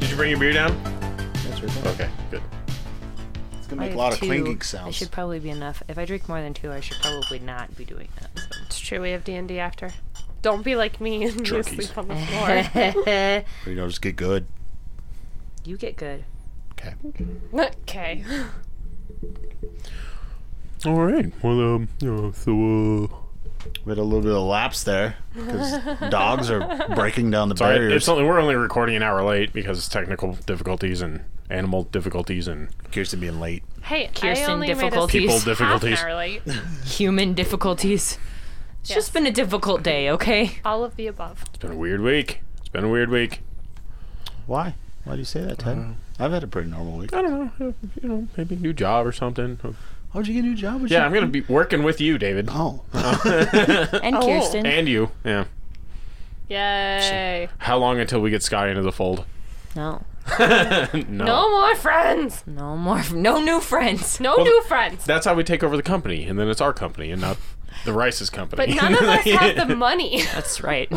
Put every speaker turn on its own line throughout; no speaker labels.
your beer down?
That's right.
Okay, good.
It's gonna make
I
a
have
lot of
two.
clinking
It
sounds.
should probably be enough. If I drink more than two, I should probably not be doing that. so.
It's true. We have D and D after. Don't be like me and you
Jerkies.
sleep on the floor.
you know, just get good.
you get good.
Okay.
okay.
All right. Well, um, you know, so uh,
We had a little bit of lapse there because dogs are breaking down the
sorry,
barriers.
it's only we're only recording an hour late because technical difficulties and animal difficulties and
Kirsten being late.
Hey,
Kirsten
I only
difficulties.
made
people
us half an
difficulties.
hour late.
Human difficulties. It's
Yes.
just been a difficult day, okay?
All of the above.
It's been a weird week. It's been a weird week.
Why? Why do you say that, Ted? I've had a pretty normal week.
I don't know. uh, You know, maybe a new job or something.
How'd you get a new job?
Yeah, I'm gonna be working with you, David,
Oh,
And
Oh.
Kirsten.
and you. Yeah.
Yay!
How long until we get Sky into the fold?
no,
No.
No more friends.
no more, no new friends.
No
Well,
new friends.
That's how we take over the company, and then it's our company and not the Rice's company.
But none of us have the money.
That's right.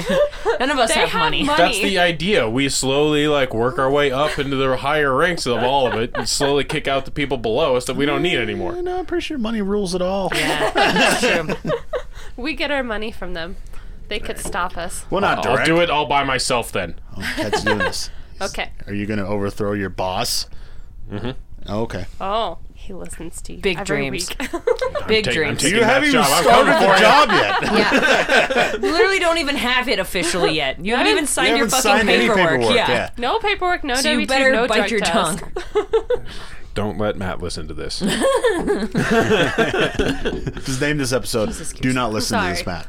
None of us
They
have,
have
money.
money.
That's the idea. We slowly like work our way up into the higher ranks of all of it, and slowly kick out the people below us that we don't need anymore.
no, I'm pretty sure money rules it all.
Yeah, that's true.
We get our money from them. They could stop us.
Well, not
I'll
direct.
do it all by myself then.
Oh, Ted's doing this.
Okay.
Are you going to overthrow your boss? Mm-hmm. Okay.
Oh, he listens to you
Big
every
dreams.
week.
Big
Take- I'm
dreams.
taking
You
that
haven't even
job. I'm
started
coming
the
for you.
job yet.
Yeah. Literally don't even have it officially yet. You haven't even signed
You
your
haven't
fucking
signed any
paperwork.
paperwork.
Yeah.
Yeah.
no paperwork, no
So
W2,
you better
no
bite
drug
your
test.
tongue.
Don't let Matt listen to this.
Just name this episode. Do not listen to this, Matt.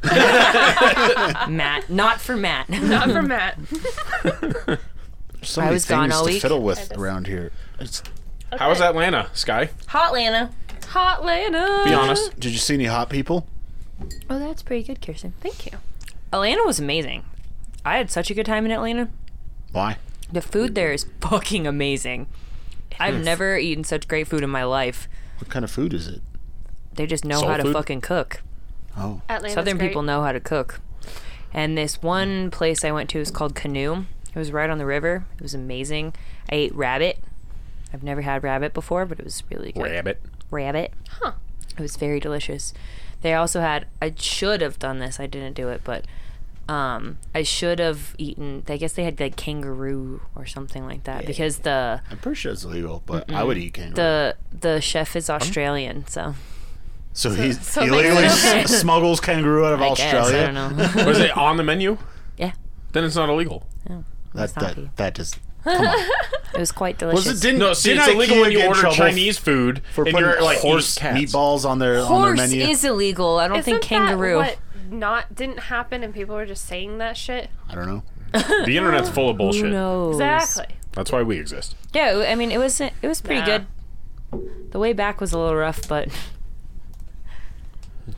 Matt. Not for Matt.
Not for Matt.
There's so
I
many
was
things
gone all
to
week.
fiddle with around here. It's,
How is Atlanta, Sky?
Hot Lana.
Hot Lana.
Uh-huh.
Be honest.
did you see any hot people?
Oh, that's pretty good, Kirsten.
Thank you.
Atlanta was amazing. I had such a good time in Atlanta.
Why?
The food there is fucking amazing. I've never eaten such great food in my life.
What kind of food is it?
They just know
Soul
how to
food?
fucking cook.
Oh,
Atlanta's
Southern
great.
people know how to cook. And this one place I went to is called Canoe. It was right on the river. It was amazing. I ate rabbit. I've never had rabbit before, but it was really good.
Rabbit.
rabbit.
Huh.
It was very delicious. They also had I should have done this. I didn't do it, but um I should have eaten. I guess they had like kangaroo or something like that because the
I'm pretty sure it's illegal, but I would eat kangaroo.
the the chef is Australian, so
so he's,
so
he
it makes
illegally
it
s- smuggles kangaroo out of
I guess
Australia.
I don't know.
Was it on the menu?
Yeah.
Then it's not illegal.
That
not be.
that that just
It was quite delicious.
didn't
No, see,
didn't
it's illegal
IKEA
when you
get in
order
trouble
Chinese food
for
and
putting
you're like
horse
eat cats.
meatballs on their on
Horse
their menu?
is illegal. I don't
Isn't
think kangaroo.
That what not didn't happen and people were just saying that shit?
I don't know.
The internet's full of
Who
bullshit.
knows?
Exactly.
That's why we exist.
Yeah, I mean it was it was pretty
Nah.
good. The way back was a little rough, but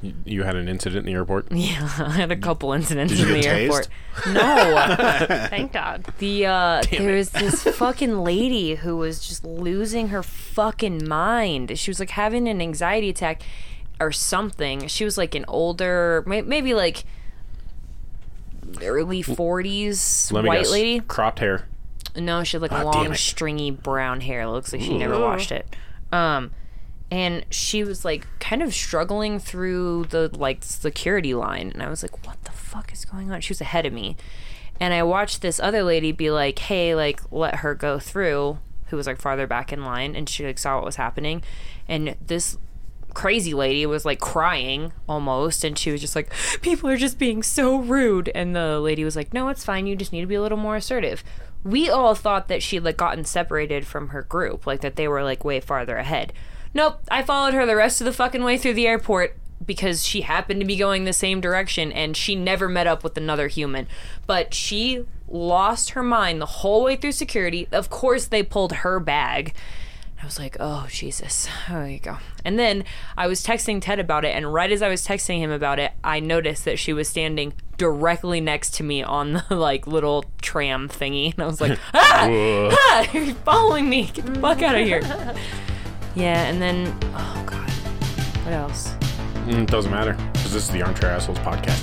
You- You had an incident in the airport.
yeah, I had a couple incidents
Did you
in the
get tased?
airport. No.
Thank God.
The uh, there was this fucking lady who was just losing her fucking mind. She was like having an anxiety attack or something. She was like an older, may- maybe like early forties
Let me
white
guess.
lady.
Cropped hair.
No, she had like
Ah, damn
long,
it.
stringy brown hair. Looks like she never washed it. Um, and she was like kind of struggling through the like security line, and I was like, "What the fuck is going on?" She was ahead of me, and I watched this other lady be like, "Hey, like let her go through." Who was like farther back in line, and she like saw what was happening, and this crazy lady was like crying almost and she was just like people are just being so rude and the lady was like no it's fine you just need to be a little more assertive we all thought that she'd like gotten separated from her group like that they were like way farther ahead nope i followed her the rest of the fucking way through the airport because she happened to be going the same direction and she never met up with another human but she lost her mind the whole way through security of course they pulled her bag I was like, oh, Jesus. Oh, there you go. And then I was texting Ted about it. And right as I was texting him about it, I noticed that she was standing directly next to me on the like little tram thingy. And I was like, ah, ah, you're following me. Get the fuck out of here. yeah. And then, oh, God. What else?
Mm, doesn't matter because this is the Armchair Assholes podcast.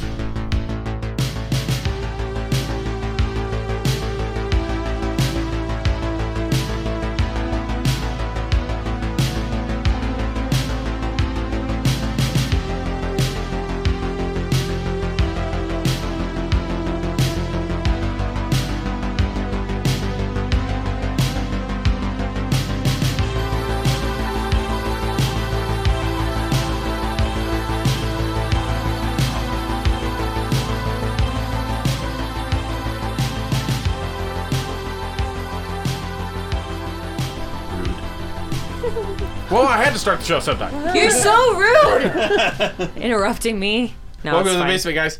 to start the show sometime.
You're so rude. Interrupting me. No,
Welcome to
it's
the
fine.
basement, guys,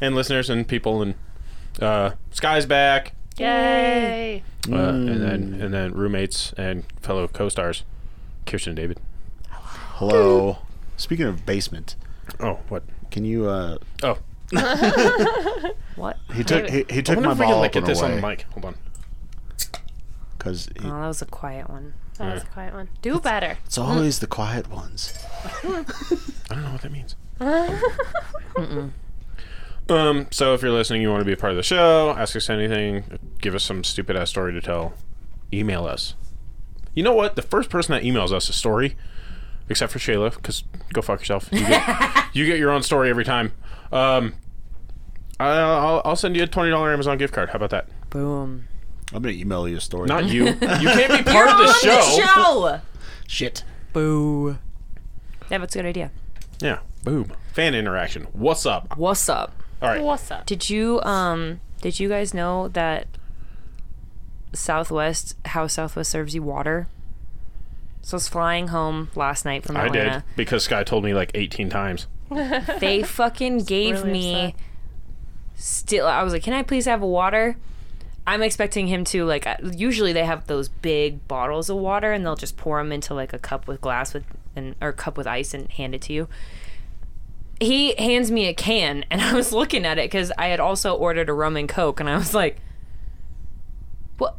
and listeners and people and uh, Sky's back,
Yay.
uh, and then and then roommates and fellow co-stars, Kirsten and David.
Hello. Speaking of basement,
Oh, what?
can you? uh
Oh,
What?
He took he, he
I
took
wonder
my
if we can
ball
like, get
opener
this on the
away
mic. Hold on.
because
Oh, that was a quiet one.
That was a quiet one. Do better.
it's
mm.
always the quiet ones.
I don't know what that means. um. So if you're listening, you want to be a part of the show, ask us anything, give us some stupid ass story to tell, email us. You know what? The first person that emails us a story, except for Shayla, because go fuck yourself. You get, you get your own story every time. Um. I- I'll, I'll send you a twenty dollar Amazon gift card. How about that?
Boom.
I'm gonna email you a story.
Not you. You can't be part of the show.
show.
shit.
Boo. Yeah, that's a good idea.
Yeah. Boom. Fan interaction. What's up?
What's up?
All right.
What's up?
Did you um? Did you guys know that Southwest how Southwest serves you water? So I was flying home last night from
I did
Atlanta.
because Sky told me like 18 times.
They fucking gave
really
me
upset.
still. I was like, "Can I please have a water?" I'm expecting him to like. uh, Usually they have those big bottles of water, and they'll just pour them into like a cup with glass with and or cup with ice and hand it to you. He hands me a can, and I was looking at it because I had also ordered a rum and coke, and I was like, "What?"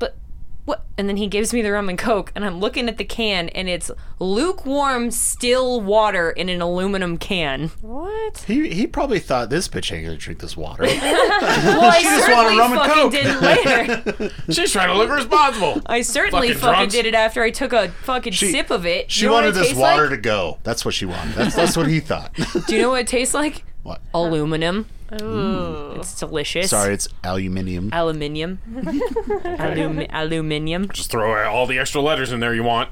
But what? And then he gives me the rum and coke, and I'm looking at the can, and it's lukewarm still water in an aluminum can.
What?
He he probably thought this bitch ain't gonna drink this water.
Well, I
wanted
certainly
rum and
fucking
coke.
did later.
She's trying to look responsible.
I certainly
Fucking
fucking,
drunks.
did it after I took a fucking sip of it.
She
you know
wanted
what it
this
tastes
water
Like?
to go. That's what she wanted. That's that's what he thought.
Do you know what it tastes like?
what?
Aluminum.
Ooh.
It's delicious.
Sorry, it's aluminium.
Aluminium. Alum- aluminium.
Just throw all the extra letters in there you want.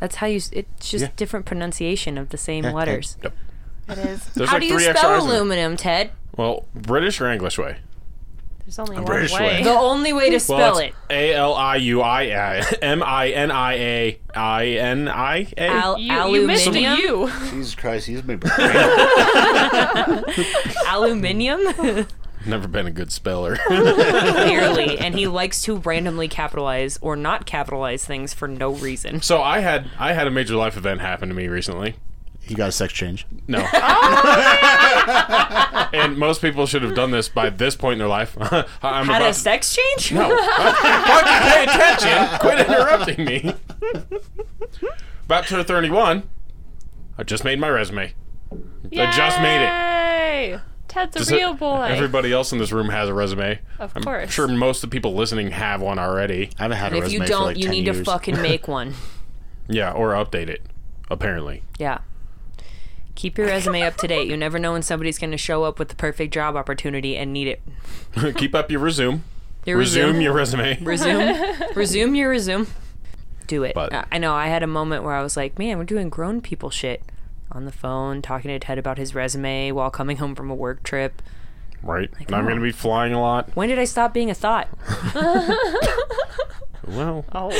That's how you. s- It's just
Yeah.
different pronunciation of the same
yeah.
letters.
It is.
There's
How
like
do you
three extra
spell
Rs in there.
aluminum, Ted?
Well, British or English way?
There's only one
British
way.
way.
The only way to spell
Well,
it.
A L I U I I M I N I A I N I A.
Al-
You, you missed a
aluminium.
you.
Jesus Christ, he's been
aluminium.
Never been a good speller.
Clearly, and he likes to randomly capitalize or not capitalize things for no reason.
so I had I had a major life event happen to me recently.
He got a sex change.
No. and most people should have done this by this point in their life. I'm
Had a
about
sex change?
No. Fucking pay attention. Quit interrupting me. About to 31. I just made my resume. I just made it.
Yay! Ted's a
Does it-
real boy.
Everybody else in this room has a resume.
Of
I'm
course.
sure most of the people listening have one already.
I haven't had a
If
resume
you
for
don't,
like
you
10
need
years.
to fucking make one.
Yeah, or update it, apparently.
Yeah. Keep your resume up to date. You never know when somebody's going to show up with the perfect job opportunity and need it.
Keep up your resume.
Your
resume. your resume.
resume, resume your resume. Do it.
But-
I- I know. I had a moment where I was like, "Man, we're doing grown people shit." On the phone, talking to Ted about his resume while coming home from a work trip.
right. and I'm
oh.
going to be flying a lot.
When did I stop being a thought?
Well,
oh.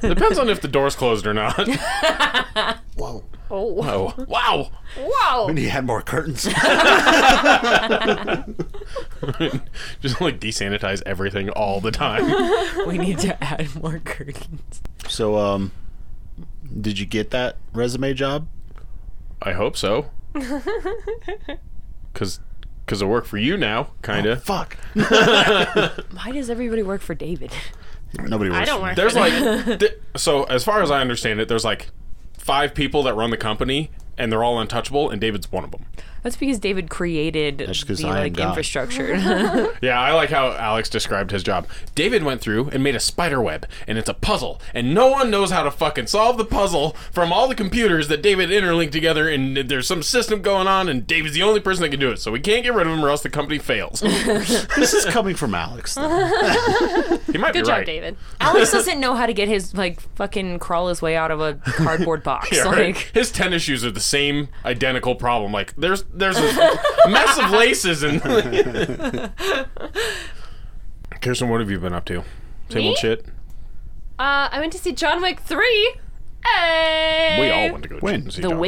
depends on if the door's closed or not.
Whoa.
oh.
oh, wow.
Wow.
And he had more curtains.
Just like desanitize everything all the time.
We need to add more curtains.
so, um, did you get that resume job?
I hope so. Because cause I work for you now, kind of.
Fuck.
Why does everybody work for David?
Nobody.
I
works
don't
for
work.
There's like, th- so as far as I understand it, there's like five people that run the company, and they're all untouchable, and David's one of them.
That's because David created
That's
the
'cause I am
like
God.
infrastructure.
Yeah, I like how Alex described his job. David went through and made a spider web, and it's a puzzle, and no one knows how to fucking solve the puzzle from all the computers that David interlinked together, and there's some system going on, and David's the only person that can do it, so we can't get rid of him or else the company fails. he
This is coming from Alex. though.
might be
Good job,
right.
David.
Alex doesn't know how to get his like fucking crawl his way out of a cardboard box.
Yeah,
like
right. His tennis shoes are the same identical problem. Like there's there's a mess of laces and. Kirsten, what have you been up to? Same
Me?
old shit.
Uh, I went to see John Wick 3. Hey!
We all want to go to
When?
James C.
Eh, The
Johnson.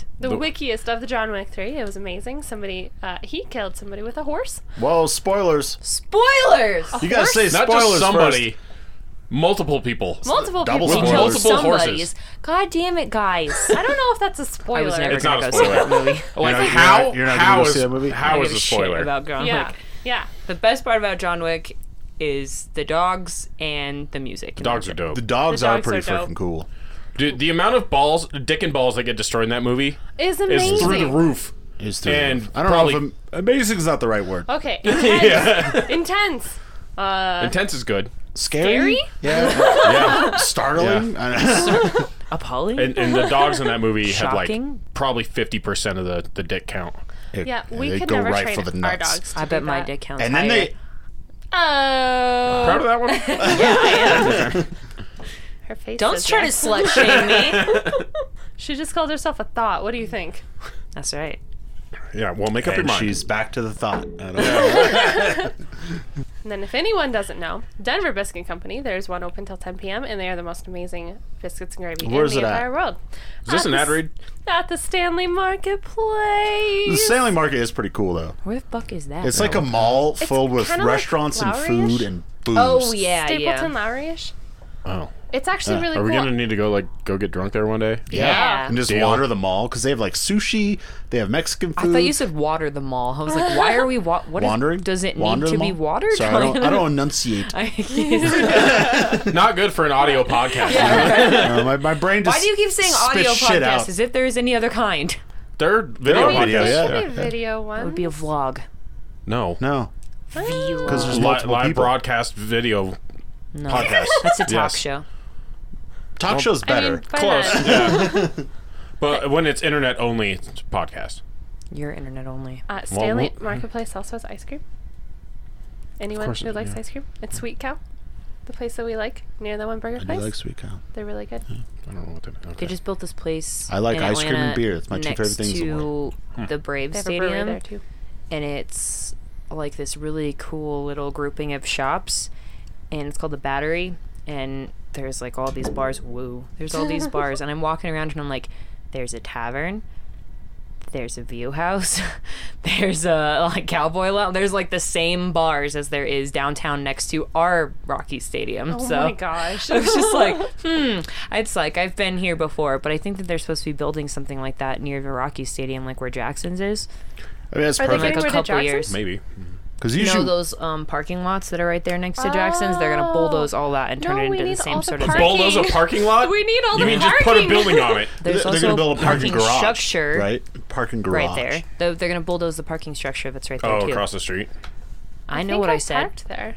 wickiest.
The
The-
wickiest of the John Wick 3. It was amazing. Somebody, uh, he killed somebody with a horse.
Whoa, spoilers!
Spoilers!
Oh,
You gotta say
Not
spoilers
just somebody,
first.
multiple people.
Multiple
double
people.
He
spoiler.
killed
Multiple
somebody's.
horses.
God damn it, guys.
I don't know if that's a spoiler.
I was never
It's
gonna
not
go
a
see that
spoiler.
movie.
Like
You're not-
how
you're not- you're not gonna
how
go
is
see that movie?
how
I
is
give
a
a shit
spoiler?
about John
Yeah.
Wick.
Yeah.
The best part about John Wick is the dogs and the music. And
Dogs
that's
are
it.
dope.
The dogs,
The
are
dogs
pretty
are dope.
freaking cool.
Dude, the amount of balls, dick and balls that get destroyed in that movie
Is
is
amazing.
through the roof.
Is through
And
the roof. I don't
probably- uh,
know if am- amazing is not the right word.
Okay. Intense. Intense. Uh,
Intense is good.
Scary?
Scary?
Yeah.
Yeah.
Startling. I know.
Apollo?
and, and the dogs in that movie have like
Shocking.
probably 50% of the, the dick count.
yeah,
It-
we
they
could
go
never
right
train
for the
our
nuts.
dogs. To
I
do
bet my
that.
dick counts
And then
higher.
they
Oh.
Proud of that one?
Her face.
Don't
says
try to
yes.
slut shame me.
She just called herself a thought. What do you think?
That's right.
yeah, well, make up your
and
mind.
she's back to the thought. I don't know.
And then, if anyone doesn't know, Denver Biscuit Company. There's one open till 10 p.m. and they are the most amazing biscuits and gravy
Where's
in
it
the
at?
entire world.
is this an ad read?
At the Stanley
the
Marketplace.
Stanley Market is pretty cool though.
Where the fuck is that?
It's like a mall filled with
kinda like
restaurants and
Lowry-ish.
food and booze.
oh yeah,
Stapleton
yeah.
Lowryish.
Oh.
It's actually really
Are we
cool.
going to need to go like go get drunk there one day?
Yeah.
Yeah.
And just
Deal.
wander the mall because they have like sushi, they have Mexican
I
food.
thought you said water the mall. I was like, why are we wa- what is-
Mm. wandering.
does it
Wander
need to
the
be
mall?
watered?
Sorry, I don't, I don't enunciate.
Not good for an audio podcast.
Uh, my, my brain just.
Why do you keep saying audio
spits shit out.
podcast as if there is any other kind?
They're video
are video,
podcasts.
yeah.
Should be video one.
It would be a vlog.
No.
No, because there's
Li- live
multiple people.
broadcast video podcast.
That's a talk
Yes.
show.
Talk show's
I
better.
mean, by
Close.
then.
Yeah. but when it's internet only, it's a podcast.
You're internet only.
Uh, Stanley
what-
Marketplace also has ice cream. Anyone
course
who
it-
likes
yeah.
ice cream, it's Sweet Cow, the place that we like near that one burger
I
place.
do like sweet cow.
They're really good.
I don't know what that
They
okay.
just built this place.
I like
in
ice cream and
Atlanta
beer. It's my two
next
favorite things in the Hmm.
to the Brave
They have a brewery
Stadium,
there too.
and it's like this really cool little grouping of shops, and it's called the Battery. And there's like all these bars. Woo! There's all these bars, and I'm walking around, and I'm like, there's a tavern. There's a view house. there's a like cowboy lounge. There's like the same bars as there is downtown next to our Rocky Stadium.
Oh
so
my gosh!
I was just like, hmm. It's like I've been here before, but I think that they're supposed to be building something like that near the Rocky Stadium, like where Jackson's is.
I mean, that's
Are they
Like
getting
a
perfect.
rid of
couple
Jackson's?
years.
Maybe.
Because
You know
usually,
those um, parking lots that are right there next to Jackson's? They're gonna bulldoze all that and turn
Oh. No,
it
we
into the
need
same
all the
sort of
parking.
thing.
Bulldoze a parking lot?
We need all
You
the
mean just
parking.
put a building on it?
There's
they're
also
gonna build a parking garage,
structure right,
right? Parking garage.
there. They're, they're gonna bulldoze the parking structure that's right there
Oh,
too.
across the street.
I know
think
what I said.
Parked there.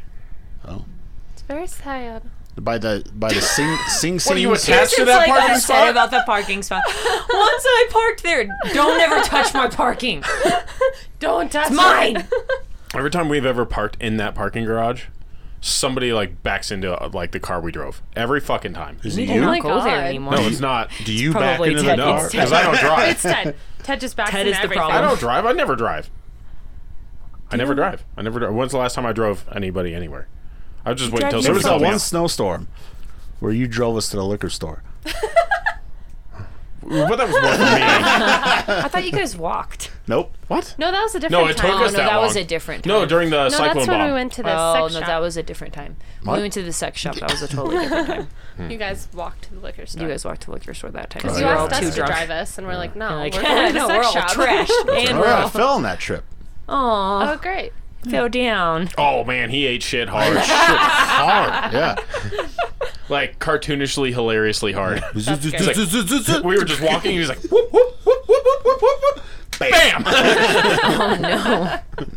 Oh.
It's very sad.
By the by the sing sing sing.
What are you attached to
It's
that
like
parking
upset
spot?
about the parking spot. Once I parked there, don't ever touch my parking.
Don't touch
Mine.
Every time we've ever parked in that parking garage, somebody like backs into uh, like the car we drove. Every fucking time.
Is it
You
you?
don't go there
God.
anymore.
No, it's not.
Do you back
probably
into the
Ted.
car?
It's
Because I don't drive.
It's Ted. Ted just backs
Ted
into
is the
everything.
I
problem.
don't drive. I never drive. I never drive. I never drive. When's the last time I drove anybody anywhere? I was just waiting until
drive
There was that
somebody
one
else-
snowstorm where you drove us to the liquor store.
But that was more for me.
I thought you guys walked. Oh,
Nope. What?
No, that was a different
No, it
time.
took us
no,
that,
that
long.
was a different
No,
time.
during the
No,
cyclone
that's when
bomb.
we went to the
Oh
sex
no,
shop.
that was a different time.
What?
We went to the sex shop. That was a totally different time.
you guys walked to the liquor store.
You guys walked to the liquor store that time.
Oh,
We
You
yeah.
were
all
asked
too
us to
drunk.
drive us, and we're like, no,
Like,
we're going to the
no, we're
sex
all
shop.
trashed and
Oh,
we're
yeah, I
all
fell on that trip.
aw,
Oh, great.
fell down.
Oh man, he ate shit hard.
Hard. Yeah.
like cartoonishly hilariously hard.
good.
we were just walking and he's like whoop whoop whoop whoop whoop whoop whoop bam.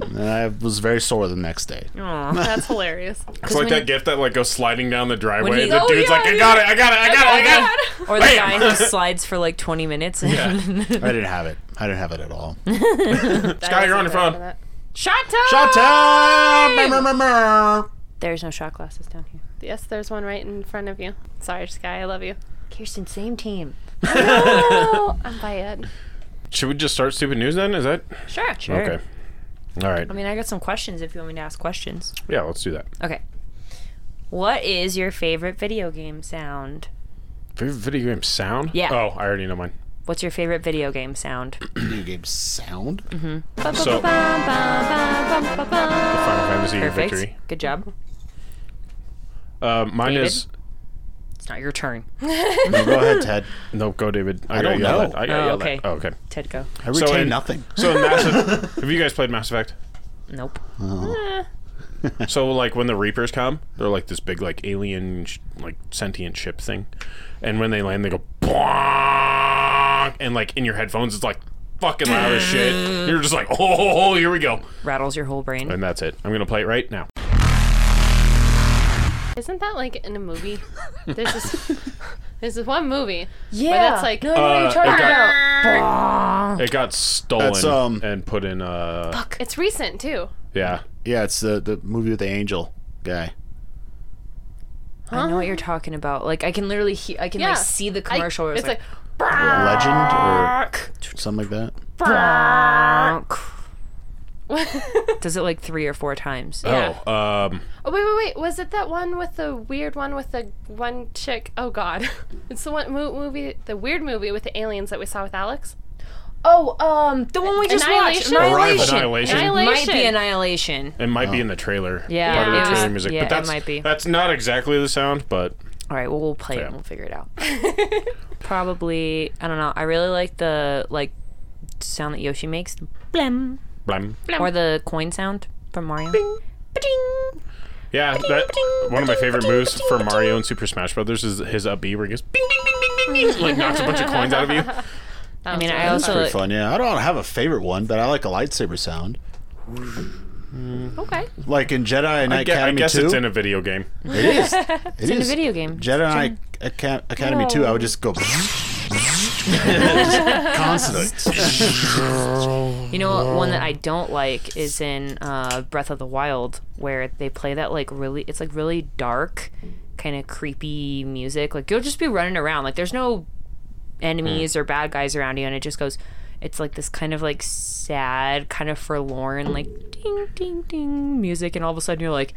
And I was very sore the next day.
Aw.
That's hilarious.
It's like
when
that
he-
gift that like goes sliding down the driveway.
he-
the
Oh,
dude's
yeah,
like, I
yeah.
got it, I got it, I got it, I got it.
God.
Or the
Bam!
guy who slides for like 20 minutes. And
I didn't have it. I didn't have it at all.
Sky, you're on your phone.
Shot time!
Shot time!
There's no shot glasses down here.
Yes, there's one right in front of you. Sorry, Sky, I love you.
Kirsten, same team.
Oh, I'm by Ed.
Should we just start stupid news then? Is that
Sure.
Sure.
okay? All right.
I mean, I got some questions if you want me to ask questions.
Yeah, let's do that.
Okay. What is your favorite video game sound?
Favorite video game sound?
Yeah.
Oh, I already know mine.
What's your favorite video game sound?
Video game sound?
So, Final
Ba-ba-ba-bum-ba-bum-ba-bum.
Fantasy
Perfect.
Victory.
Good job.
Uh, mine
David?
is.
It's not your turn.
No, go ahead, Ted.
No, go, David. I,
don't
got
know.
I got
Oh,
yelled
okay.
at. Oh, okay.
Ted, go.
I retain
in-
nothing.
So, in Mass Effect, have you guys played Mass Effect?
Nope.
Eh,
So like when the Reapers come, they're like this big like alien sh- like sentient ship thing, and when they land, they go boing, and like in your headphones, it's like fucking loud as shit. You're just like, oh, oh, oh, here we go,
Rattles your whole brain.
and that's it. I'm gonna play it right now.
Isn't that like in a movie? There's this there's this one movie.
Yeah.
that's like-
no, I know what
Uh,
you're talking
it got-
about.
It got stolen
That's, um,
and put in uh
It's recent too.
yeah.
Yeah, it's the, the movie with the angel guy.
I know what you're talking about. Like I can literally, he- I can
Yeah.
like see the
I-
commercial. where
it's like,
Legend or something like that.
uh, does it like three or four times?
Yeah.
Oh, um,
oh wait, wait, wait. Was it that one with the weird one with the one chick? Oh god, it's the one mo- movie, the weird movie with the aliens that we saw with Alex.
Oh, um, the one we just
Annihilation?
watched.
Arrival.
Annihilation.
Might
Annihilation.
be Annihilation.
It might be in the trailer.
Yeah,
part of the
it was-
trailer music.
yeah, it
but that's,
might be.
That's not exactly the sound, but
All right, well we'll play it
Yeah.
and we'll figure it out. Probably, I don't know. I really like the like sound that Yoshi makes, blem,
blam.
or the coin sound from Mario. Ba-ding.
Yeah, that one of my favorite moves for Mario and Super Smash Brothers is his up B where he goes bing bing bing bing bing bing like knocks a bunch of coins out of you.
I mean, I also
Pretty
like,
fun, yeah. I don't have a favorite one, but I like a lightsaber sound.
Okay.
Like in Jedi and
I guess, I
Academy
guess
2.
it's in a video game.
it is. it's
in a video game.
Jedi Aca- Academy 2, I would just go just constantly.
You know, what, one that I don't like is in uh, Breath of the Wild, where they play that like really, it's like really dark, kind of creepy music. Like you'll just be running around, like there's no enemies or bad guys around you, and it just goes. It's like this kind of like sad, kind of forlorn, like ding ding ding music, and all of a sudden you're like,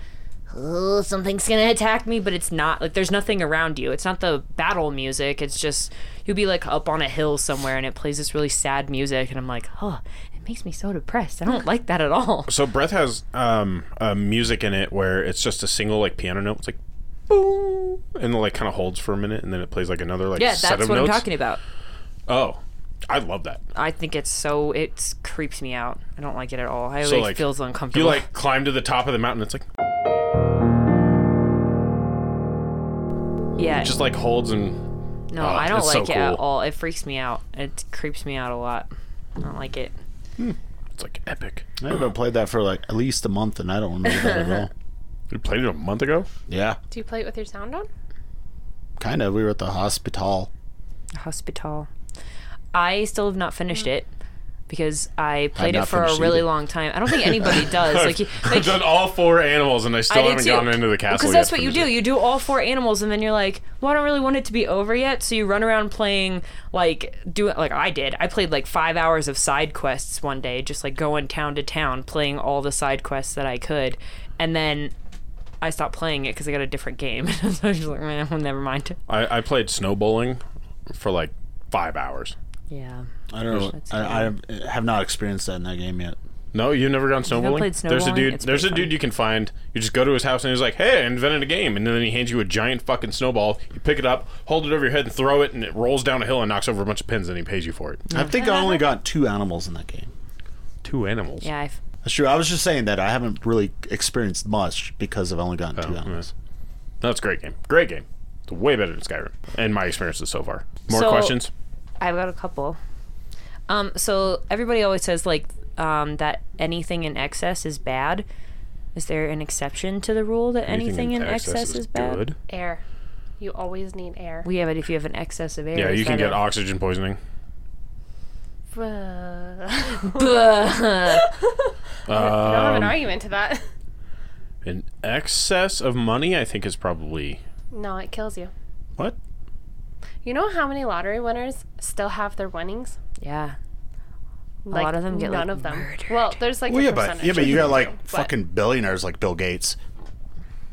oh, something's gonna attack me, but it's not. Like there's nothing around you. It's not the battle music. It's just you'll be like up on a hill somewhere, and it plays this really sad music, and I'm like, oh, it makes me so depressed. I don't like that at all.
So Breath has um, uh, music in it where it's just a single like piano note. It's like boom, and it like kind of holds for a minute, and then it plays like another like
Yeah,
set
that's
of
what I'm
notes.
talking about.
Oh, I love that.
I think it's so it creeps me out. I don't like it at all. I
So
like,
like
feels
You
uncomfortable.
like climb to the top of the mountain. It's like
yeah,
just like holds and
no,
oh,
I don't
it's so
like it at
cool.
all. It freaks me out. It creeps me out a lot. I don't like it.
it's like epic.
I haven't played that for like at least a month, and I don't remember that at all.
We played it a month ago.
Yeah,
Do you play it with your sound on?
kind of. We were at the hospital.
Hospital. I still have not finished it because I played it
not
for a
finished
really
either.
long time. I don't think anybody does. Like, you,
I've
like
done all four animals, and I still
I did
haven't
too.
gotten into the castle.
Because
yet
that's what
for
you do.
music.
You do all four animals, and then you're like, "Well, I don't really want it to be over yet." So you run around playing like do like I did. I played like five hours of side quests one day, just like going town to town, playing all the side quests that I could, and then I stopped playing it because I got a different game. so I was just like, "Man, well, never mind."
I, I played snow bowling for like five hours.
Yeah,
I don't know. I, I have not experienced that in that game yet.
No, you've never gone snowballing.
played snow
there's a
bowling?
dude.
It's
there's a
pretty
dude
fun.
you can find. You just go to his house and he's like, "Hey, I invented a game," and then he hands you a giant fucking snowball. You pick it up, hold it over your head, and throw it, and it rolls down a hill and knocks over a bunch of pins, and he pays you for it.
I think I only got two animals in that game.
Two animals.
yeah. I've,
That's true. I was just saying that I haven't really experienced much because I've only gotten two
Oh, yeah.
animals.
that's a great game. Great game. It's way better than Skyrim, and my experiences so far. More
So-
questions?
I've got a couple. Um, so everybody always says like um, that anything in excess is bad. Is there an exception to the rule that anything, in excess, is, bad?
good.
Air. You always need air.
We have it if you have an excess of air.
Yeah,
is
you can
that
get
a-
oxygen poisoning.
I
Buh.
don't have
Um,
an argument to that.
An excess of money, I think, is probably
No, it kills you.
What?
You know how many lottery winners still have their winnings?
yeah.
Like,
lot of them get, like,
none of them.
murdered.
Well, there's like
Well,
a
yeah, but
percentage.
yeah, but you got like
But-
fucking billionaires like Bill Gates.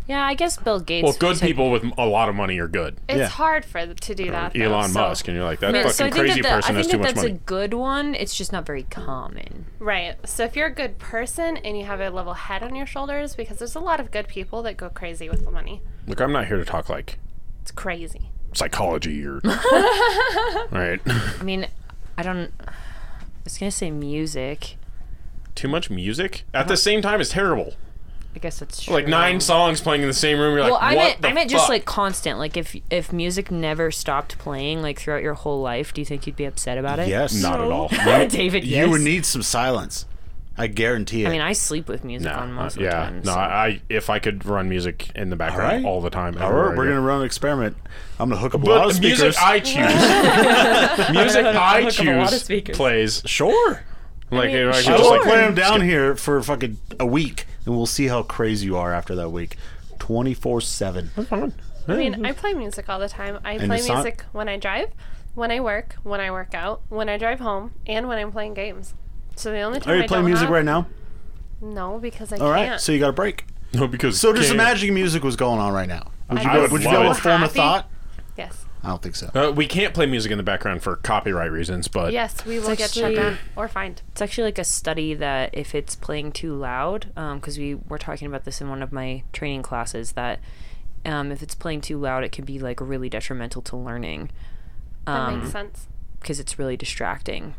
Yeah, I guess Bill Gates.
Well, good
took-
people with a lot of money are good.
It's
Yeah.
hard for th- to do that. though,
Elon
so-
Musk, and you're like that
Yeah,
fucking
so I think
crazy
that the,
person
I
has
think
too
that
much
that's
money.
a good one. It's just not very common.
Right. So if you're a good person and you have a level head on your shoulders, because there's a lot of good people that go crazy with the money.
Look, I'm not here to talk like
It's crazy.
psychology or. All right,
I mean, I don't. I was gonna say music.
too much music at the same time is terrible.
I guess that's true.
Like nine songs playing in the same room. You're like,
Well, I
what
meant
the
I meant just
fuck?
like constant. Like if if music never stopped playing like throughout your whole life, do you think you'd be upset about it?
Yes.
not at all.
David.
You
yes.
would need some silence. I guarantee it.
I mean, I sleep with music
No,
on
uh,
most of the
yeah,
time.
no.
so-
I if I could run music in the background all,
right.
the time.
All
everywhere
right,
I
we're
go.
gonna run an experiment. I'm gonna hook up a lot
But
of
the music
speakers.
I choose, music I choose plays.
sure.
Like,
mean,
I can
sure.
just
We'll
like
play them down here for fucking a week, and we'll see how crazy you are after that week. Twenty four seven.
I mean,
Mm-hmm.
I play music all the time. I
And
play
it's not-
music when I drive, when I work, when I work out, when I drive home, and when I'm playing games. So the only time
Are
I
you playing
don't
music
have-
right now?
No, because I
All right,
can't.
so you got a break.
No, because
So just
can't-
imagine music was going on right now. Would you
I
be,
would
would you be
love
able
it.
to form a
Happy?
thought?
yes.
I don't think so.
Uh, we can't play music in the background for copyright reasons, but
Yes, we will get shut
actually-
down or fined.
It's actually like a study that if it's playing too loud, because we were talking about this in one of my training classes, that um, if it's playing too loud, it can be like really detrimental to learning
That
um,
makes sense.
because it's really distracting.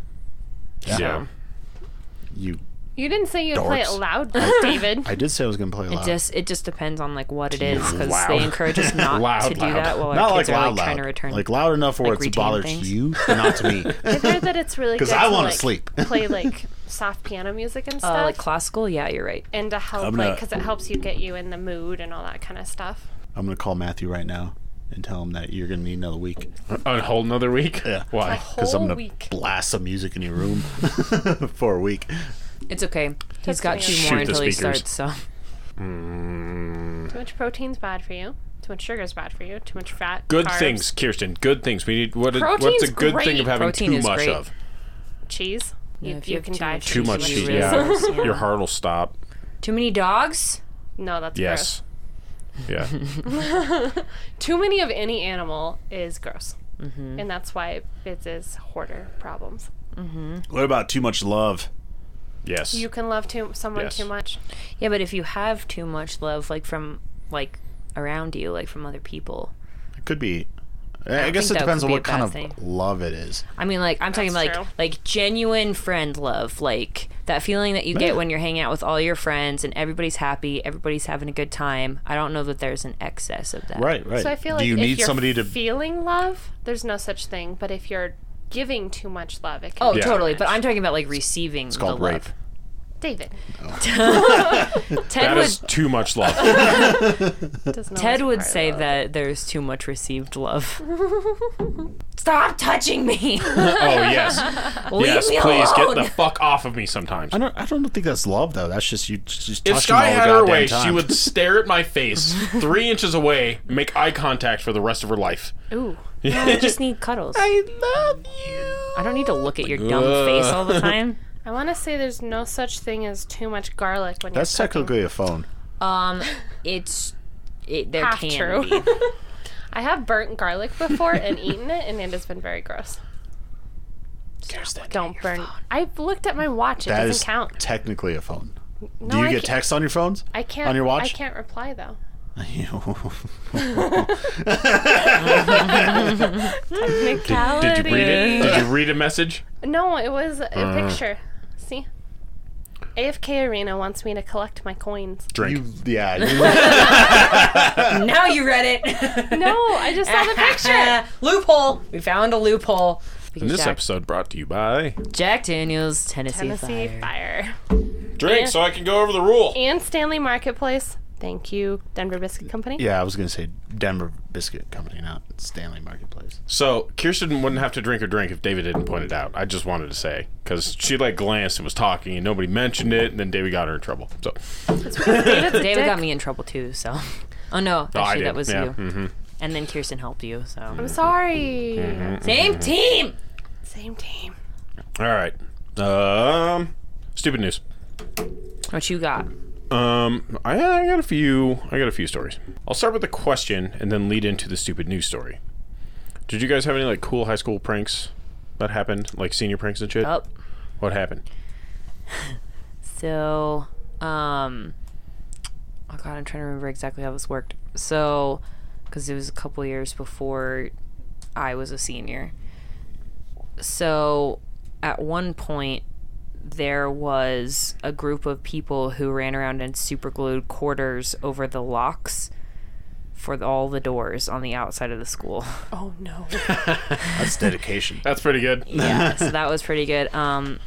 yeah.
You,
You didn't say you'd play it
dorks.
loud, David.
I did say I was gonna play loud.
Just it just depends on like what it is because
Loud.
they encourage us not
Loud,
to do
loud.
that while our
not like
kids are
loud,
like
loud.
trying to return.
Like loud enough where
like
it's
retain
bothers
things.
you, but not to me.
I heard that it's really good
'Cause I
to
wanna
like,
sleep.
play like soft piano music and stuff,
uh, like classical, yeah, you're right.
and to help
I'm
like 'cause
not-
because it helps you get you in the mood and all that kind of stuff.
I'm gonna call Matthew right now and tell him that you're gonna need another week
a whole another week.
Yeah.
Why?
because I'm
Whole
gonna
week.
blast some music in your room for a week.
It's okay. He's
That's
got two
weird.
more
Shoot the
until he
speakers.
starts. So
Too much protein's bad for you. Too much sugar's bad for you. Too much fat.
Good
carbs,
things, Kirsten. Good things. We need what? what's
Protein's
a good thing
great.
of having
Protein
too
is
much
great.
of?
Cheese. You,
Yeah, if
you,
you have
can
too
die.
much
from
Too
Cheese
much
is
cheese.
really
Yeah.
gross, yeah.
Your heart will stop.
too many dogs.
No, that's
Yes. Yeah.
gross. Too many of any animal is gross,
Mm-hmm.
and that's why it is hoarder problems.
What about too much love?
yes.
You can love too someone
Yes.
too much.
Yeah, but if you have too much love, like from like around you, like from other people.
It could be. I, guess
think
it
that
depends
could
on
be
what
a bad
kind of
thing.
love it is.
I mean, like I'm talking
That's
about,
true.
like like genuine friend love, like that feeling that you
Yeah.
get when you're hanging out with all your friends and everybody's happy, everybody's having a good time. I don't know that there's an excess of that.
Right, right.
So I feel like
Do you
if
need
you're
somebody to?
feeling love, there's no such thing. But if you're giving too much love, it can
Oh,
be
Yeah.
totally. But I'm talking about like receiving the
called rape.
love.
David
Ted
that
would
is too much love. Oh,
doesn't
Ted
always
would
require
say
love.
that there's too much received love. Stop touching me.
oh yes.
Leave
yes.
me
Please
alone.
get the fuck off of me sometimes.
I don't. I don't think that's love though. That's just you. Just
If
touching
Sky
all the
had her
goddamn
way,
time.
she would stare at my face three inches away, make eye contact for the rest of her life.
Ooh,
I just need cuddles. I,
I love you.
don't need to look at your dumb
Ugh.
face all the time.
I want to say there's no such thing as too much garlic when
That's
you're cooking.
technically a phone.
Um, it's it, there
Half
can
true.
be.
I have burnt garlic before and eaten it, and it has been very gross. Don't burn. I've looked at my watch. It
That
doesn't
is
count.
technically a phone.
No,
Do you
I
get
can't,
texts on your phones?
I can't
on your watch?
I can't reply though.
Did you read it? Did you read a message?
No, it was a
Uh.
picture. See, AFK Arena wants me to collect my coins.
Drink.
You- yeah. you-
now you read it.
No, I just saw the picture.
loophole. We found a loophole.
And
Because
this
Jack,
episode brought to you by
Jack Daniels, Tennessee,
Tennessee
Fire.
Fire
Drink, so I can go over the rule.
and Stanley Marketplace. Thank you, Denver Biscuit Company.
yeah, I was gonna say Denver Biscuit Company, not Stanley Marketplace.
So Kirsten wouldn't have to drink her drink if David didn't point it out. I just wanted to say because she like glanced and was talking, and nobody mentioned it, and then David got her in trouble. So
David's
David
dick.
got me in trouble too. So, oh no,
I
actually
did,
that was
yeah, mm-hmm.
you. And then Kirsten helped you. So
I'm sorry.
Mm-hmm.
same team.
Same team.
all right, um, stupid news.
What you got?
Um, I, I got a few. I got a few stories. I'll start with the question and then lead into the stupid news story. Did you guys have any like cool high school pranks that happened, like senior pranks and shit?
Up.
What happened?
So, um, oh god, I'm trying to remember exactly how this worked. So, because it was a couple years before I was a senior. So, at one point, there was a group of people who ran around and superglued quarters over the locks for the, all the doors on the outside of the school.
Oh no.
That's dedication.
That's pretty good.
yeah, so that was pretty good. Um,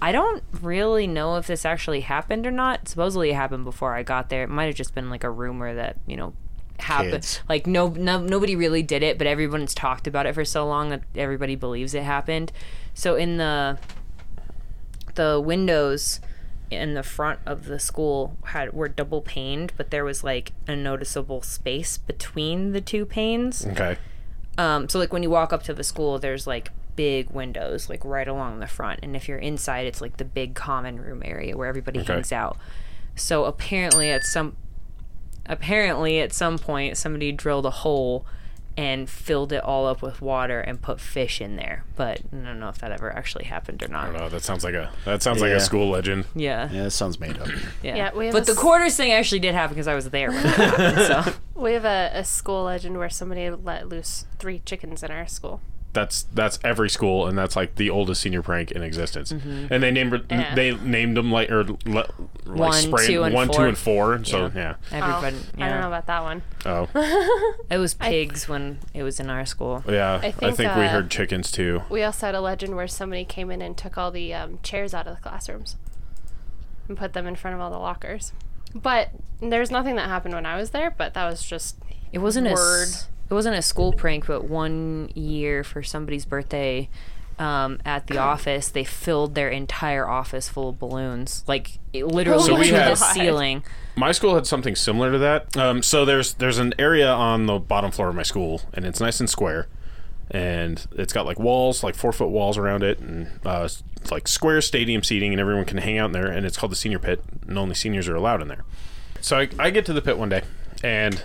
I don't really know if this actually happened or not. Supposedly it happened before I got there. It might have just been like a rumor that you know happened.
Kids.
Like no, no, nobody really did it, but everyone's talked about it for so long that everybody believes it happened. So in the the windows in the front of the school had were double paned, but there was like a noticeable space between the two panes.
Okay.
Um, so like when you walk up to the school, there's like big windows like right along the front, and if you're inside, it's like the big common room area where everybody
Okay.
hangs out. So apparently at some apparently at some point somebody drilled a hole and filled it all up with water and put fish in there, but I don't know if that ever actually happened or
I
not.
don't know. That sounds like a that sounds like
Yeah.
a school legend.
Yeah, yeah.
Yeah, that sounds made up.
Yeah, we have
but
a
the
s- Oh,
quarters thing actually did happen because I was there when it happened. So
We have a, a school legend where somebody let loose three chickens in our school.
That's that's every school, and that's like the oldest senior prank in existence. And they named
Yeah.
they named them like or le, like
Mm-hmm. One,
sprayed
two, and
one,
four.
two, and four. So yeah.
Oh,
everybody, yeah.
I don't know about that one.
Oh
It was pigs when it was in our school.
yeah. I think,
think,
we
uh,
heard chickens too.
We also had a legend where somebody came in and took all the um, chairs out of the classrooms and put them in front of all the lockers. But there's nothing that happened when I was there, but that was just
It wasn't a
word.
s- it wasn't a school prank, but one year for somebody's birthday, um, at the office they filled their entire office full of balloons, like it literally
So we
to the
had-
ceiling.
My school had something similar to that. Um, so there's there's an area on the bottom floor of my school, and it's nice and square, and it's got like walls, like four foot walls around it, and uh, s- like square stadium seating, and everyone can hang out in there. And it's called the senior pit, and only seniors are allowed in there. So I, I get to the pit one day, and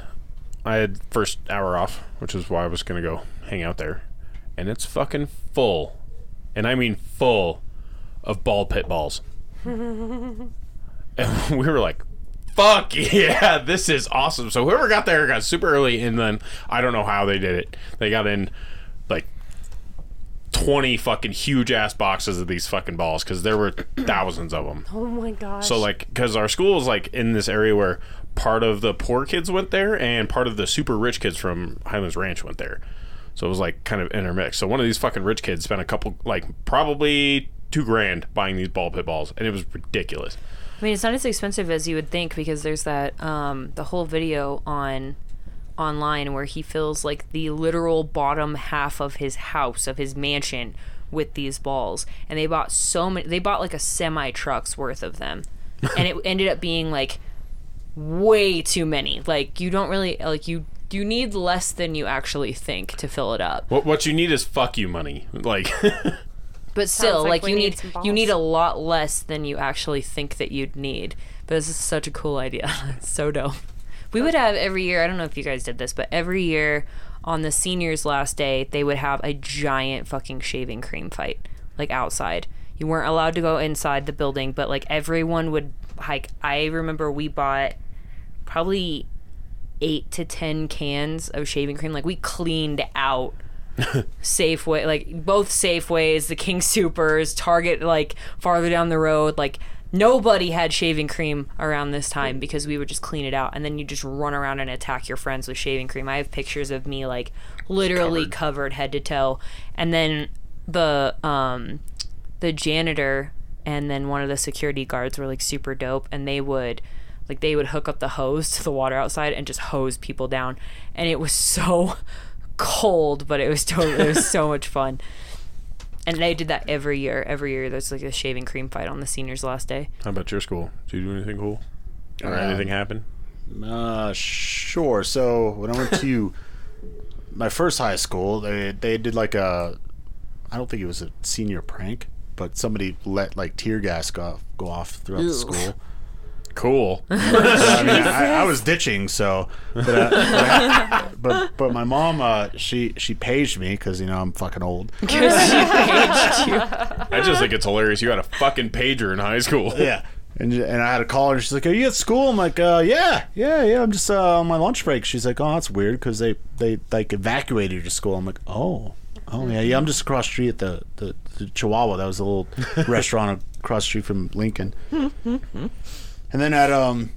I had first hour off, which is why I was gonna go hang out there, and it's fucking full, and I mean full, of ball pit balls. and we were like, fuck yeah, this is awesome. So whoever got there got super early, and then I don't know how they did it. They got in like 20 fucking huge ass boxes of these fucking balls because there were thousands of them.
Oh my gosh.
So like, because our school is like in this area where part of the poor kids went there and part of the super rich kids from Highlands Ranch went there. So it was like kind of intermixed. So one of these fucking rich kids spent a couple, like probably two grand buying these ball pit balls, and it was ridiculous.
I mean, it's not as expensive as you would think because there's that um, the whole video on online where he fills like the literal bottom half of his house of his mansion with these balls, and they bought so many. They bought like a semi truck's worth of them, and it ended up being like way too many. Like you don't really like you you need less than you actually think to fill it up.
What what you need is fuck you money. Like
But still, like,
like we
you
need
need,
some
you
balls.
need a lot less than you actually think that you'd need. But this is such a cool idea. it's so dope. We would have every year. I don't know if you guys did this, but every year on the seniors' last day, they would have a giant fucking shaving cream fight, like outside. You weren't allowed to go inside the building, but like everyone would like. I remember we bought probably eight to ten cans of shaving cream. Like we cleaned out Safeway, like both Safeways, the King Supers, Target, like farther down the road, like nobody had shaving cream around this time because we would just clean it out and then you just run around and attack your friends with shaving cream. I have pictures of me like literally covered, head to toe, and then the um the janitor and then one of the security guards were like super dope and they would like they would hook up the hose to the water outside and just hose people down and it was so cold, but it was totally it was so much fun. And they did that every year. Every year, there's like a shaving cream fight on the seniors' last day.
How about your school? Did you do anything cool? Or
Um,
anything happen?
Uh, sure. So when I went to my first high school, they they did like a, I don't think it was a senior prank, but somebody let like tear gas go off, go off throughout the school.
cool.
I, mean, I, I was ditching, so. But, uh, but, I- but but my mom, uh, she she paged me because you know I'm fucking old.
I just think it's hilarious. You had a fucking pager in high school.
Yeah. And, and I had to call her. She's like, "Are you at school?" I'm like, uh, "Yeah, yeah, yeah. I'm just uh, on my lunch break." She's like, "Oh, that's weird because they they like evacuated your school." I'm like, "Oh, oh yeah, yeah. I'm just across the street at the the, the Chihuahua. That was the little restaurant across the street from Lincoln." and then at um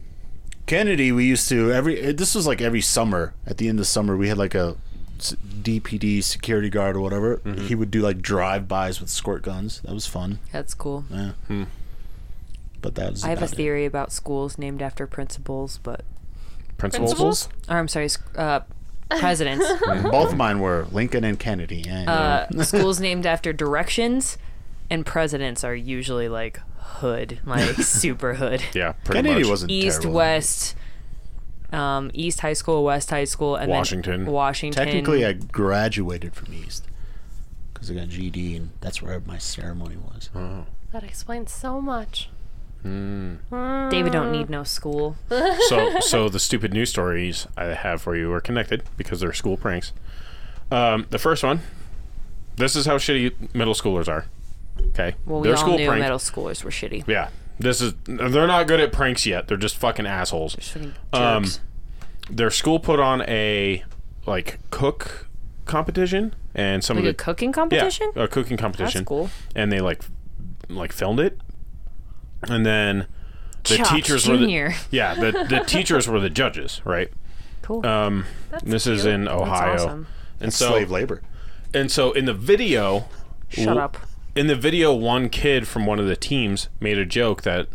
Kennedy, we used to every it- this was like every summer. At the end of summer, we had like a s- DPD security guard or whatever. He would do like drive bys with squirt guns. That was fun,
That's cool.
Hmm.
but that was
I have a
about it.
theory about schools named after principals, but
Principals?
Principals?
or I'm sorry, sc- uh, presidents.
Both of mine were Lincoln and Kennedy. And,
uh, schools named after directions, and presidents are usually like hood, like super hood.
Yeah, pretty
Kennedy
much.
wasn't
East,
terrible.
West, um, East High School, West High School, and then
Washington.
Washington.
Technically, I graduated from East because I got GD, and that's where my ceremony was.
That explains so much.
uh,
David don't need no school.
so so the stupid news stories I have for you are connected because they're school pranks. Um, the first one, this is how shitty middle schoolers are. Okay,
Well, we
Their
all
school
knew
prank-
middle schoolers were shitty.
Yeah, this is they're not good at pranks yet. They're just fucking assholes.
Fucking
Um,
jerks.
Their school put on a like cook competition and some
like a
of the
cooking
yeah,
competition.
a cooking competition.
That's cool.
And they like like filmed it, and then the
Chopped
teachers were
Junior.
the yeah the the teachers were the judges, right?
Cool.
Um, this is
cute.
in Ohio,
awesome.
and so
Slave labor.
and so in the video,
Shut
w-
up.
In the video, one kid from one of the teams made a joke that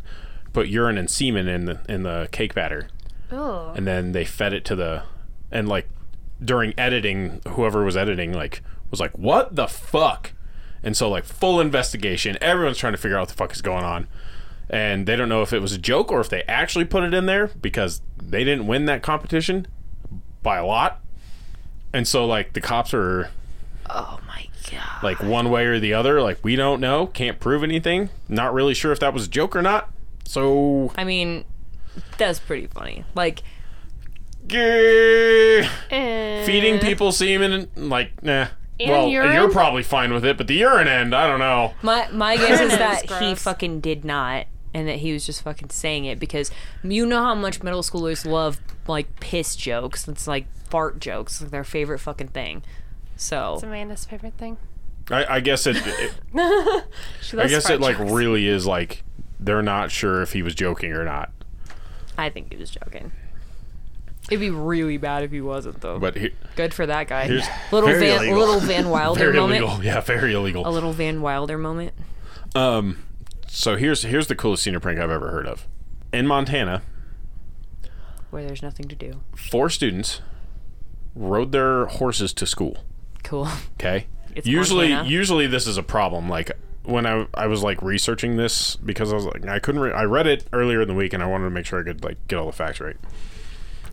put urine and semen in the in the cake batter,
Oh.
and then they fed it to the and like during editing, whoever was editing like was like, "What the fuck." And so, like full investigation, everyone's trying to figure out what the fuck is going on, and they don't know if it was a joke or if they actually put it in there because they didn't win that competition by a lot, and so like the cops are
Oh my god.
like one way or the other. Like we don't know, can't prove anything. Not really sure if that was a joke or not. So
I mean, that's pretty funny. Like
yeah,
And
feeding people semen, like nah.
Eh. And
well,
urine?
you're probably fine with it, but the urine end, I don't know.
my my guess is
That's
that he
gross.
fucking did not, and that he was just fucking saying it because you know how much middle schoolers love like piss jokes. It's like fart jokes, like their favorite fucking thing. So
It's Amanda's favorite thing.
I, I guess it. it
She
I
loves
guess
fried
it like
chicken.
really is like they're not sure if he was joking or not.
I think he was joking. It'd be really bad if he wasn't though.
But he,
Good for that guy.
here's
Little
Very
Van,
illegal.
little Van Wilder
very
moment.
illegal. Yeah, very illegal.
A little Van Wilder moment.
Um, so here's here's the coolest senior prank I've ever heard of. In Montana,
where there's nothing to do.
four students rode their horses to school.
Cool.
Okay.
It's
usually,
Montana.
usually this is a problem. Like when I, I was like researching this because I was like I couldn't. Re- I read it earlier in the week and I wanted to make sure I could like get all the facts right.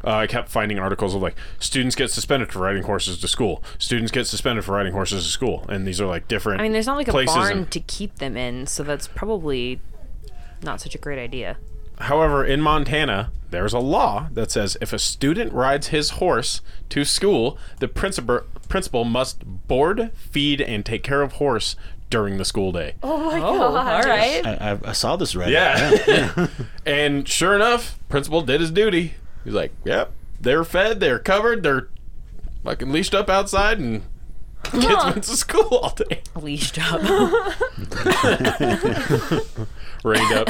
Uh, I kept finding articles of like students get suspended for riding horses to school. Students get suspended for riding horses to school, and these are like different.
I mean, there's not like a
places
barn
and-
to keep them in, so that's probably not such a great idea.
However, in Montana, there's a law that says if a student rides his horse to school, the principal principal must board, feed, and take care of horse during the school day.
Oh, all right.
I, I, I saw this right.
Yeah. and sure enough, principal did his duty. He's like, "Yep, they're fed, they're covered, they're fucking leashed up outside, and kids went to school all day,
Leashed up.
rained up."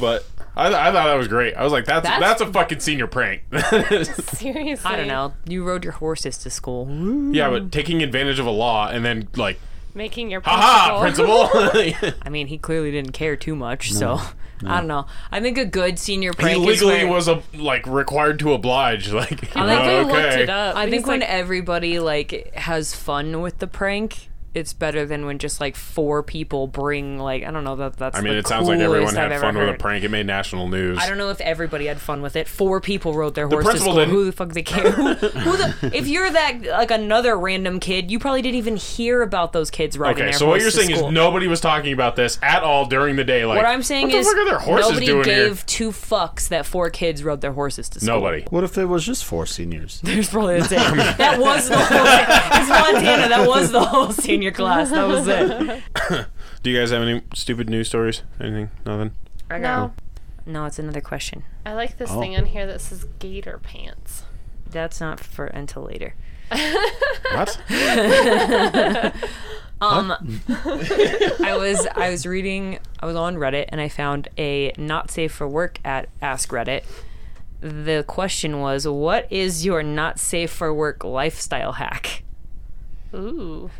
But I, th- I thought that was great. I was like, "That's
That's-
that's, a fucking senior prank."
Seriously.
I don't know. You rode your horses to school.
yeah,
Hmm.
but taking advantage of a law and then like,
Making your
"Aha,
principal.
principal!"
I mean, he clearly didn't care too much, so I don't know. I think a good senior
he
prank is
legally
where,
was a, like required to oblige. Like,
Oh,
I think we
okay.
looked it up.
I think
He's
when
like,
everybody like has fun with the prank, it's better than when just like four people bring like I don't know that that's.
I mean,
the
it sounds like everyone
coolest
had
I've
fun
ever
with a
heard.
prank. It made national news.
I don't know if everybody had fun with it. Four people rode their horse to
principal
school.
didn't.
Who the fuck they care? who, who the, if you're that like another random kid, you probably didn't even hear about those kids riding
Okay,
their
so what
horse
you're
to
saying
school.
is nobody was talking about this at all during the day. Like,
What I'm saying
what the
is
fuck are their horses
nobody
doing
gave
here?
two fucks that four kids rode their horses to school.
Nobody.
What if it was just four seniors?
There's probably that's it. that was the whole. It's Montana. That was the whole senior class. That was it.
Do you guys have any stupid news stories? Anything? Nothing.
No,
No, it's another question.
I like this
Oh.
thing on here that says gator pants.
That's not for until later.
What?
Um, I was I was reading I was on Reddit and I found a not safe for work at Ask Reddit. The question was, what is your not safe for work lifestyle hack?
Ooh.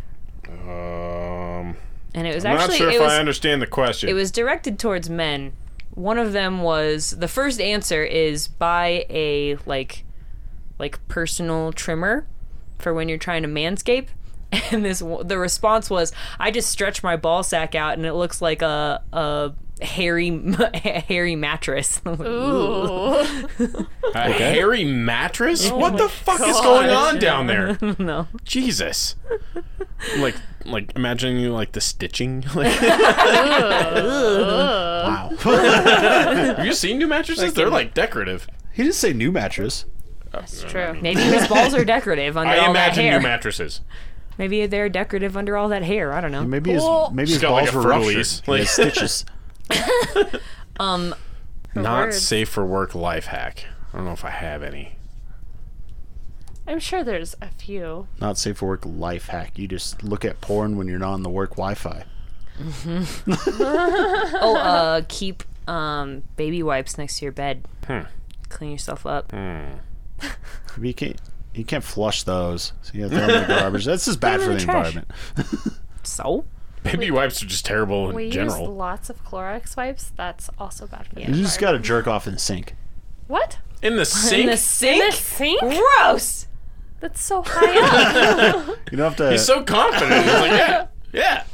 um,
And it was
I'm
actually
not sure
it
if
was
I understand the question.
it was directed towards men. One of them was the first answer is buy a like like personal trimmer for when you're trying to manscape. And this w- the response was I just stretch my ball sack out and it looks like a a hairy hairy mattress.
Ooh.
a hairy
Oh
mattress. what the fuck is going on down there?
no.
Jesus. like, like imagining you like the stitching. Like,
Wow.
have you seen new mattresses? They're like decorative.
he didn't say new mattress.
That's true.
Maybe his balls are decorative under
I
all that
imagine new
hair.
mattresses.
Maybe they're decorative under all that hair. I don't know.
Maybe his
Well-
maybe
She's
his
got, like,
balls
a
were
fertility.
ruptured.
Like-
Like stitches.
Not
words.
safe for work life hack. I don't know if I have any.
I'm sure there's a few.
Not safe for work life hack. You just look at porn when you're not on the work Wi-Fi.
Oh, uh, keep um, baby wipes next to your bed.
Hmm.
Clean yourself up.
You can't you can't flush those. So you have to throw them in the garbage. That's just bad for
them
the
in the trash.
environment.
So
Baby wipes are just terrible in
We
general.
use lots of Clorox wipes. That's also bad for
You
the
just
environment.
gotta jerk off in the sink.
What?
in the sink.
in the sink.
The sink?
Gross.
That's so high up.
You don't have to.
He's so confident. He's like, yeah, yeah.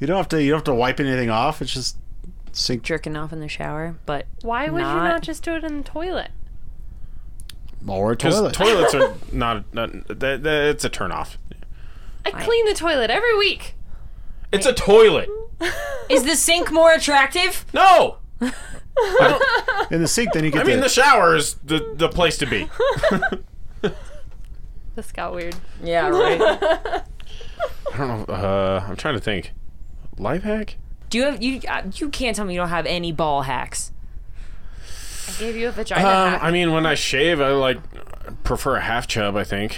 you don't have to. You don't have to wipe anything off. It's just sink.
Jerking off in the shower, but
Why would you
Not-
not just do it in the toilet?
Or a
Because
toilet.
toilets are not. not that, that, it's a turnoff.
I clean the toilet every week.
It's a toilet.
is the sink more attractive?
No. I, don't,
in the sink, then you get.
I mean,
the,
the shower is the, the place to be.
This got weird.
Yeah, right.
I don't know. Uh, I'm trying to think. Life hack?
Do you have you? Uh, you can't tell me you don't have any ball hacks.
I gave you a vagina
Um,
hack.
I mean, when I shave, I like prefer a half chub. I think.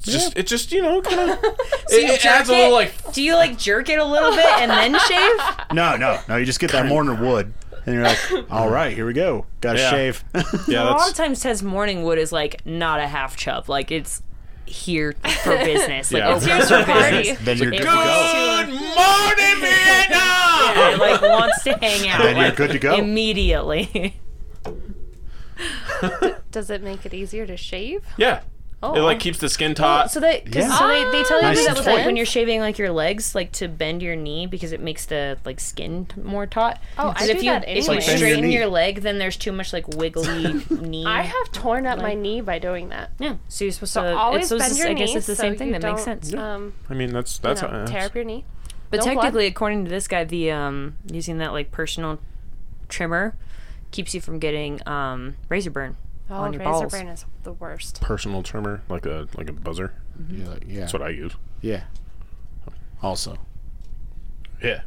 It's just it just you know kind of it, it adds a little like
Do you like jerk it a little bit and then shave?
no, no, no. You just get that mortar wood, and you're like, all right, here we go. Gotta
Yeah.
shave.
yeah
A lot
that's
of times, says morning wood is like not a half chub. Like it's here for business. Like
Yeah.
it's
It's
here
Here's your
for
party.
business.
then you're good
It
to go.
was-
Good morning, Vietnam.
It like wants to hang out.
Then you're
like,
good to go.
immediately.
Does it make it easier to shave?
Yeah,
Oh,
it like keeps the skin taut.
So that 'cause-
Yeah.
so they, they tell you
Nice
to do
and
that with like
tight.
when you're shaving like your legs, like to bend your knee because it makes the like skin t- more taut.
Oh, I
'Cause
do
if you
that
if you
anyway. Like bend your
straighten
knee.
your, leg, then there's too much like wiggly knee.
I have torn up my knee by doing that.
yeah. So you're supposed to.
So
it's
always
supposed to-
bend your
I guess
knee
it's the
so
same thing.
you
That makes
don't,
sense.
Um,
I mean, that's that's
no, tear up your knee.
But
No blood.
technically, according to this guy, the um using that like personal trimmer keeps you from getting um razor burn
Oh,
on your
razor
balls.
burn is the worst.
personal trimmer, like a like a buzzer.
You're like, yeah,
That's what I use.
yeah. Also,
Yeah.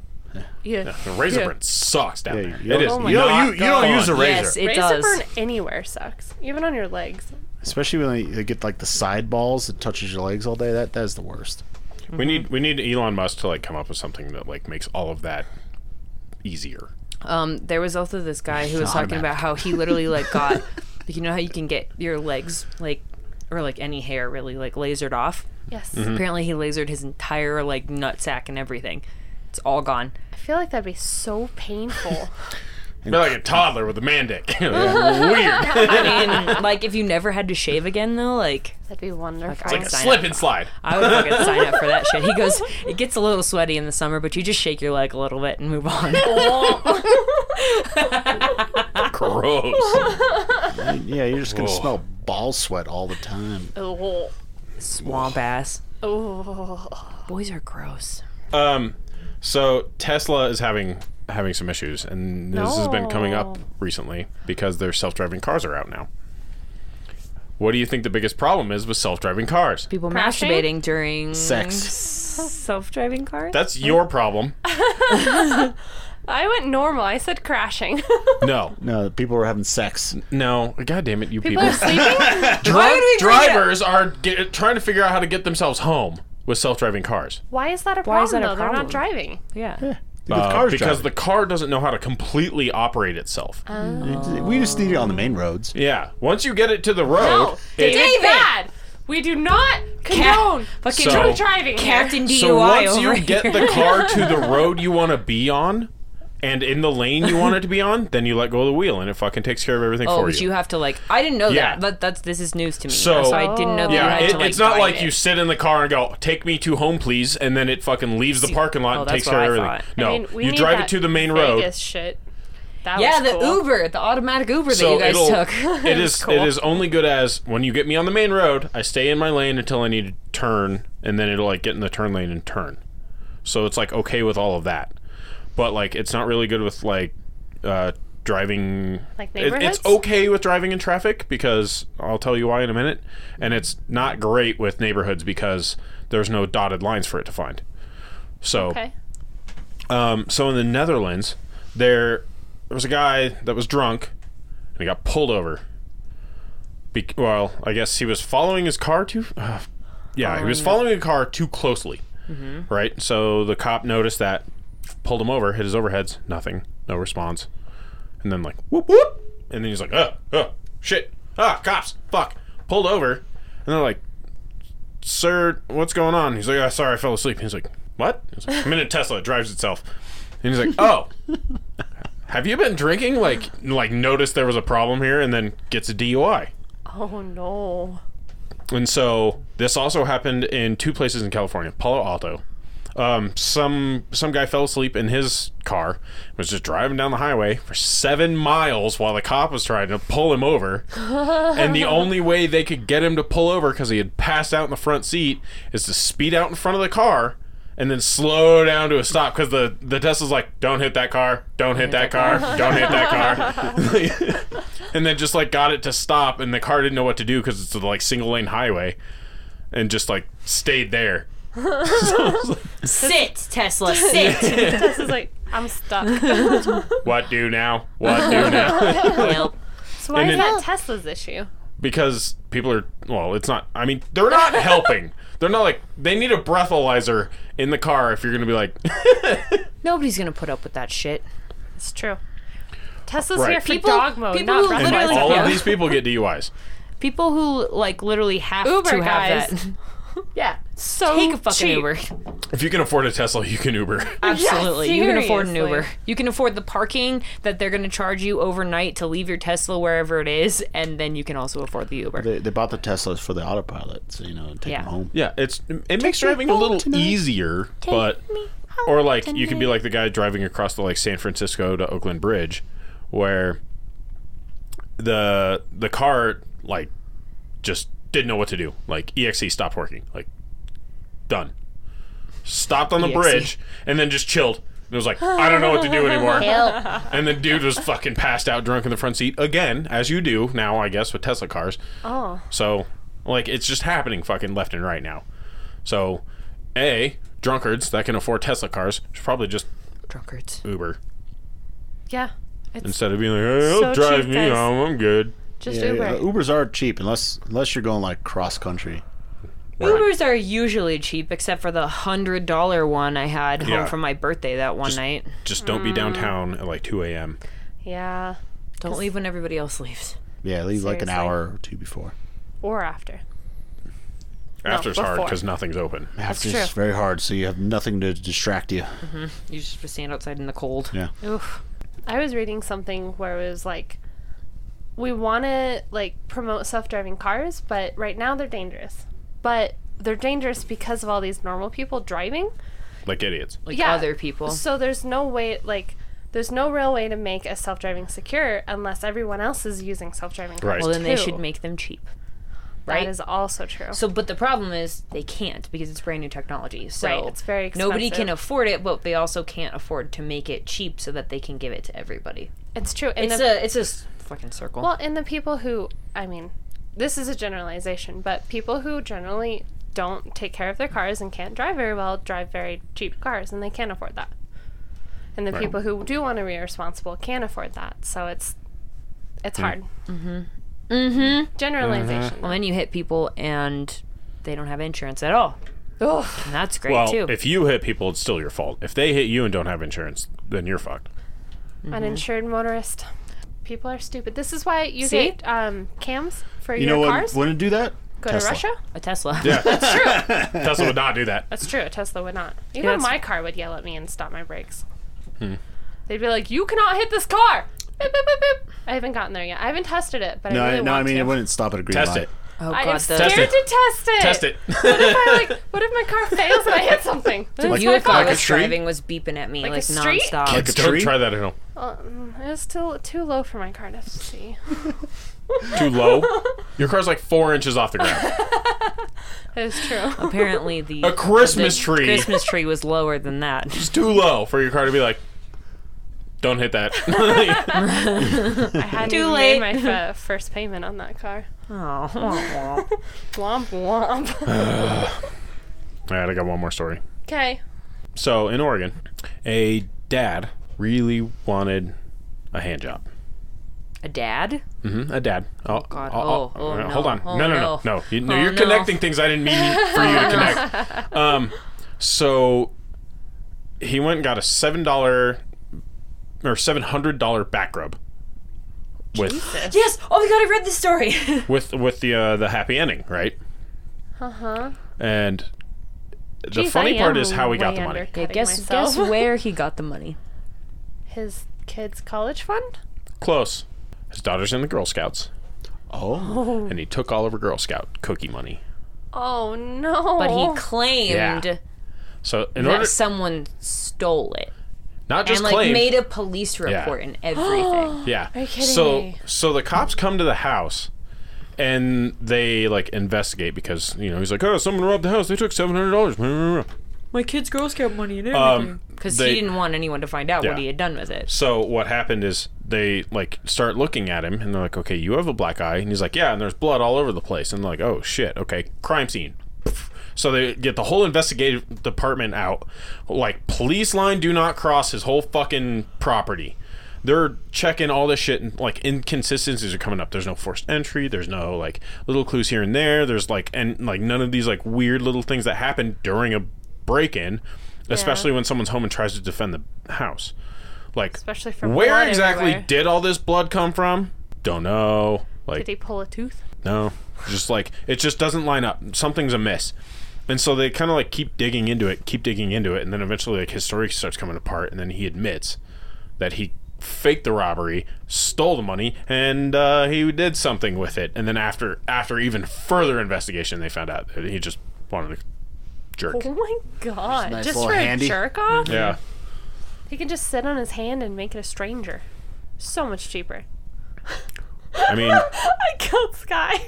Yeah.
The razor burn sucks down
Yeah,
there.
you
it
don't-
is.
Oh my
you,
God.
you, you don't
God.
use a razor.
Yes, it
razor
does.
burn anywhere sucks, even on your legs.
especially when they get like the side balls, it touches your legs all day. That that is the worst.
We need we need Elon Musk to like come up with something that like makes all of that easier.
Um, there was also this guy who was talking
Automatic.
about how he literally like got, like, you know how you can get your legs like, or like any hair really like lasered off.
Yes.
Mm-hmm.
Apparently, he lasered his entire like nutsack and everything. It's all gone.
I feel like that'd be so painful.
Be like a toddler with a man dick. Weird.
I mean, like if you never had to shave again though, like
That'd be wonderful.
I would sign
Slip
up.
and slide.
I would fucking sign up for that shit. He goes, it gets a little sweaty in the summer, but you just shake your leg a little bit and move on.
Gross.
Yeah, you're just gonna
Whoa.
smell ball sweat all the time.
oh,
Swamp ass.
oh.
Boys are gross.
Um, so Tesla is having having some issues, and this has been coming up
No.
recently because their self driving cars are out now. What do you think the biggest problem is with self driving cars?
People
Crashing?
masturbating during
Sex.
self-driving cars.
That's your problem.
I went normal. I said crashing.
No,
No, people were having sex.
no. God damn it, you people.
People are sleeping.
Drunk
we bring it up?
drivers are get, trying to figure out how to get themselves home with self driving cars.
Why is that a problem?
Why is that a
though? They're
problem?
not driving.
yeah.
Look at
Uh,
the cars
because the
driving.
car doesn't know how to completely operate itself.
Um,
we just need it on the main roads.
yeah. Once you get it to the road,
No,
it-
David. Bad. We do not condone
Fucking
So-
drunk driving. here.
Captain DUI
So once
over
you
here.
get the car to the road you want to be on, and in the lane you want it to be on, then you let go of the wheel, and it fucking takes care of everything
Oh,
for
but
you.
you. have to like. I didn't know
Yeah.
that. that. That's this is news to me.
So-
So, I didn't know that
yeah,
you had
it-
to like.
it's not
drive
like
it.
you sit in the car and go, "Take me to home, please," and then it fucking leaves the parking lot
oh,
and
that's
takes
what
care of
I
everything.
thought.
No,
I mean, we
you
need
drive it
that
to the main
Vegas
road.
shit. That
Yeah,
was
the
cool.
Uber, the automatic Uber that
So
you guys
it'll,
took.
it is
cool.
it is only good as when you get me on the main road, I stay in my lane until I need to turn, and then it'll like get in the turn lane and turn. So it's like okay with all of that, but like it's not really good with like uh, driving.
Like
It-
neighborhoods?
it's okay with driving in traffic because I'll tell you why in a minute, and it's not great with neighborhoods because there's no dotted lines for it to find. So
Okay.
um, so in the Netherlands, there there was a guy that was drunk, and he got pulled over. Be- well, I guess he was following his car too. Uh, yeah, he was following a car too closely. Right. So the cop noticed that, pulled him over, hit his overheads, nothing, no response, and then like whoop whoop, and then he's like, oh, oh, shit, ah, cops, fuck, pulled over, and they're like, sir, what's going on? He's like, oh, sorry, I fell asleep. He's like, what? He's like, I'm in a Tesla. It drives itself. And he's like, oh, have you been drinking? Like, like noticed there was a problem here and then gets a DUI.
Oh no.
And so this also happened in two places in California, Palo Alto. Um, some some guy fell asleep in his car, was just driving down the highway for seven miles while the cop was trying to pull him over. and the only way they could get him to pull over because he had passed out in the front seat is to speed out in front of the car and then slow down to a stop because the the Tesla's like, "Don't hit that car! Don't hit that car! Don't hit that car!" and then just like got it to stop, and the car didn't know what to do because it's a like single lane highway, and just like stayed there.
sit, Tesla, sit.
This is like I'm stuck.
What do now? What do now?
Well,
So why
And
is
then-
that Tesla's issue?
because people are well, it's not. I mean, they're not helping. They're not like they need a breathalyzer in the car if you're gonna be like,
nobody's gonna put up with that shit.
It's true. Tesla's
Right.
here for
People-
dog mode,
people
not
who
breathalyzer.
and
Literally,
all
yeah.
of these people get DUIs.
People who like literally have
Uber
to have
guys.
that.
yeah. So
Take a fucking
cheap.
Uber.
If you can afford a Tesla, you can Uber.
Absolutely. you can afford an
seriously.
Uber. You can afford the parking that they're going to charge you overnight to leave your Tesla wherever it is, and then you can also afford the Uber.
They, they bought the Teslas for the autopilot, so you know, take
Yeah.
them home.
Yeah, it's it makes driving a
home
little
tonight.
easier, but or like you could be like the guy driving across the like San Francisco to Oakland Bridge, where the the car like just didn't know what to do. Like EXE stopped working. Like done. Stopped
E
on the
EXE.
bridge and then just chilled. It was like I don't know what to do anymore. And the dude was fucking passed out drunk in the front seat again, as you do now, I guess, with Tesla cars.
Oh.
So, like, it's just happening fucking left and right now. So, A, drunkards that can afford Tesla cars should probably just
Drunkards.
Uber
Yeah. It's
instead of being like, hey,
So
will drive
cheap,
me
guys.
home, I'm good.
just
Yeah,
Uber.
yeah, Ubers are cheap unless unless you're going like cross country.
Ubers are usually cheap, except for the $100 one I had
Yeah.
home from my birthday that one night.
Just don't be downtown at like 2 a.m.
Yeah.
Don't leave when everybody else leaves.
Yeah, leave like an
Seriously.
hour or two before.
Or after.
After's hard
before.
because nothing's open.
That's
true.
It's very hard, so you have nothing to distract you.
You just have to stand outside in the cold.
Yeah.
Oof. I was reading something where it was like, we want to like promote self-driving cars, but right now they're dangerous. But they're dangerous because of all these normal people driving.
like idiots.
like
Yeah.
other people.
So there's no way like. There's no real way to make a self-driving secure unless everyone else is using self-driving cars.
Right.
Well, then they
too.
should make them cheap,
That
right?
is also true.
so, but the problem is they can't because it's brand new technology. So
Right, it's very
Nobody can
expensive.
afford it, but they also can't afford to make it cheap so that they can give it to everybody.
it's true. And
It's
the-
a it's a s- fucking circle.
Well, and the people who, I mean, this is a generalization, but people who generally don't take care of their cars and can't drive very well drive very cheap cars, and they can't afford that. And the people who do want to be responsible can't afford that, so it's it's
Mm.
hard. Mm-hmm. Mm-hmm. Generalization.
Well, then you hit people and they don't have insurance at all.
Ugh.
And that's great
Well,
too.
if you hit people, it's still your fault. If they hit you and don't have insurance, then you're fucked.
Mm-hmm. Uninsured motorist. People are stupid. This is why you
See?
get um, cams for
You
your
know what
cars.
wouldn't do that?
Go to
Tesla.
Russia.
a Tesla.
Tesla would not do that.
That's true. A Tesla would not. Even
that's-
my car would yell at me and stop my brakes. They'd be like, "You cannot hit this car." Beep, beep, beep, beep. I haven't gotten there yet. I haven't tested it, but
No,
I
I,
really
no,
want
I mean
to.
it wouldn't stop at a green
Test
light.
it.
Oh
I
god,
am
the,
scared to test it.
Test it.
what if I like? What if my car fails and I hit something? Then
the
it's
view
my
if I
fault.
a
was
tree?
driving was beeping at me like,
Like a street?
nonstop.
Like a
Don't
tree?
try that at home.
Um, it was too too low for my car to see.
Too low. Your car's like four inches off the ground.
It's true.
Apparently the
A Christmas
the
tree.
Christmas tree was lower than that.
It's too low for your car to be like. Don't hit that.
I hadn't
Too
even
late.
made my f- first payment on that car.
Oh,
Womp womp.
All right, I got one more story.
Okay.
So in Oregon, a dad really wanted a hand job.
a dad?
hmm a dad. Oh,
God.
I'll-
Oh, oh,
I'll-
no.
Hold on.
Oh,
no, no, no,
no.
no. You, no
Oh,
you're
no.
connecting things I didn't mean for you to connect. um, so he went and got a seven dollar or seven hundred dollar back rub with
Yes. Oh my god, I read this story.
with with the uh, the happy ending, right?
Uh huh.
And the funny part is how he got the money.
guess guess where he got the money?
his kids' college fund.
Close. His daughter's in the Girl Scouts,
Oh,
and he took all of her Girl Scout cookie money.
Oh no!
But he claimed
Yeah. So in order,
that someone stole it
not just
and like
claim,
made a police report and everything.
Yeah. Are you
kidding
so
me?
so the cops come to the house and they like investigate because you know he's like, oh, someone robbed the house. They took seven hundred dollars.
My kid's Girl Scout money and
Um,
Because
they-
he didn't want anyone to find out
Yeah.
what he had done with it.
So what happened is they like start looking at him and they're like, okay, you have a black eye, and he's like, yeah, and there's blood all over the place, and they're like, oh shit, okay, crime scene. So they get the whole investigative department out, like police line do not cross his whole fucking property. They're checking all this shit and like inconsistencies are coming up. There's no forced entry. There's no like little clues here and there. There's like and like none of these like weird little things that happen during a break in, especially when someone's home and tries to defend the house. Like
Especially from
where
blood
exactly
everywhere.
did all this blood come from? Don't know. Like
Did he pull a tooth?
no. Just like it just doesn't line up. Something's amiss. And so they kind of like keep digging into it, keep digging into it, and then eventually like his story starts coming apart, and then he admits that he faked the robbery, stole the money, and uh, he did something with it. And then after after even further investigation, they found out that he just wanted to jerk.
Oh my god!
nice
just
little
for
handy.
a jerk off,
Yeah,
he can just sit on his hand and make it a stranger. So much cheaper.
I mean,
I killed Sky.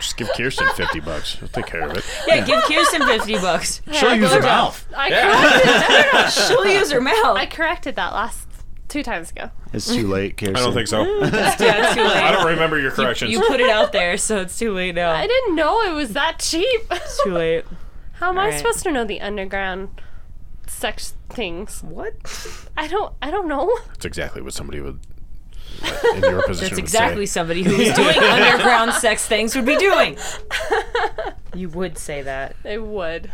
just give Kirsten fifty bucks. I'll take care of it.
Yeah, give Kirsten fifty bucks.
she'll use her mouth.
I, corrected,
She'll use her mouth.
I corrected that last two times ago.
It's too late, Kirsten.
I don't think so.
yeah, it's too late.
I don't remember your corrections.
you put it out there, so it's too late now.
I didn't know it was that cheap.
too late.
How am I
Alright.
supposed to know the underground sex things?
What?
I don't. I don't know.
That's exactly what somebody would in your position
That's
would
exactly
say.
somebody who is doing underground sex things would be doing. You would say that.
They would.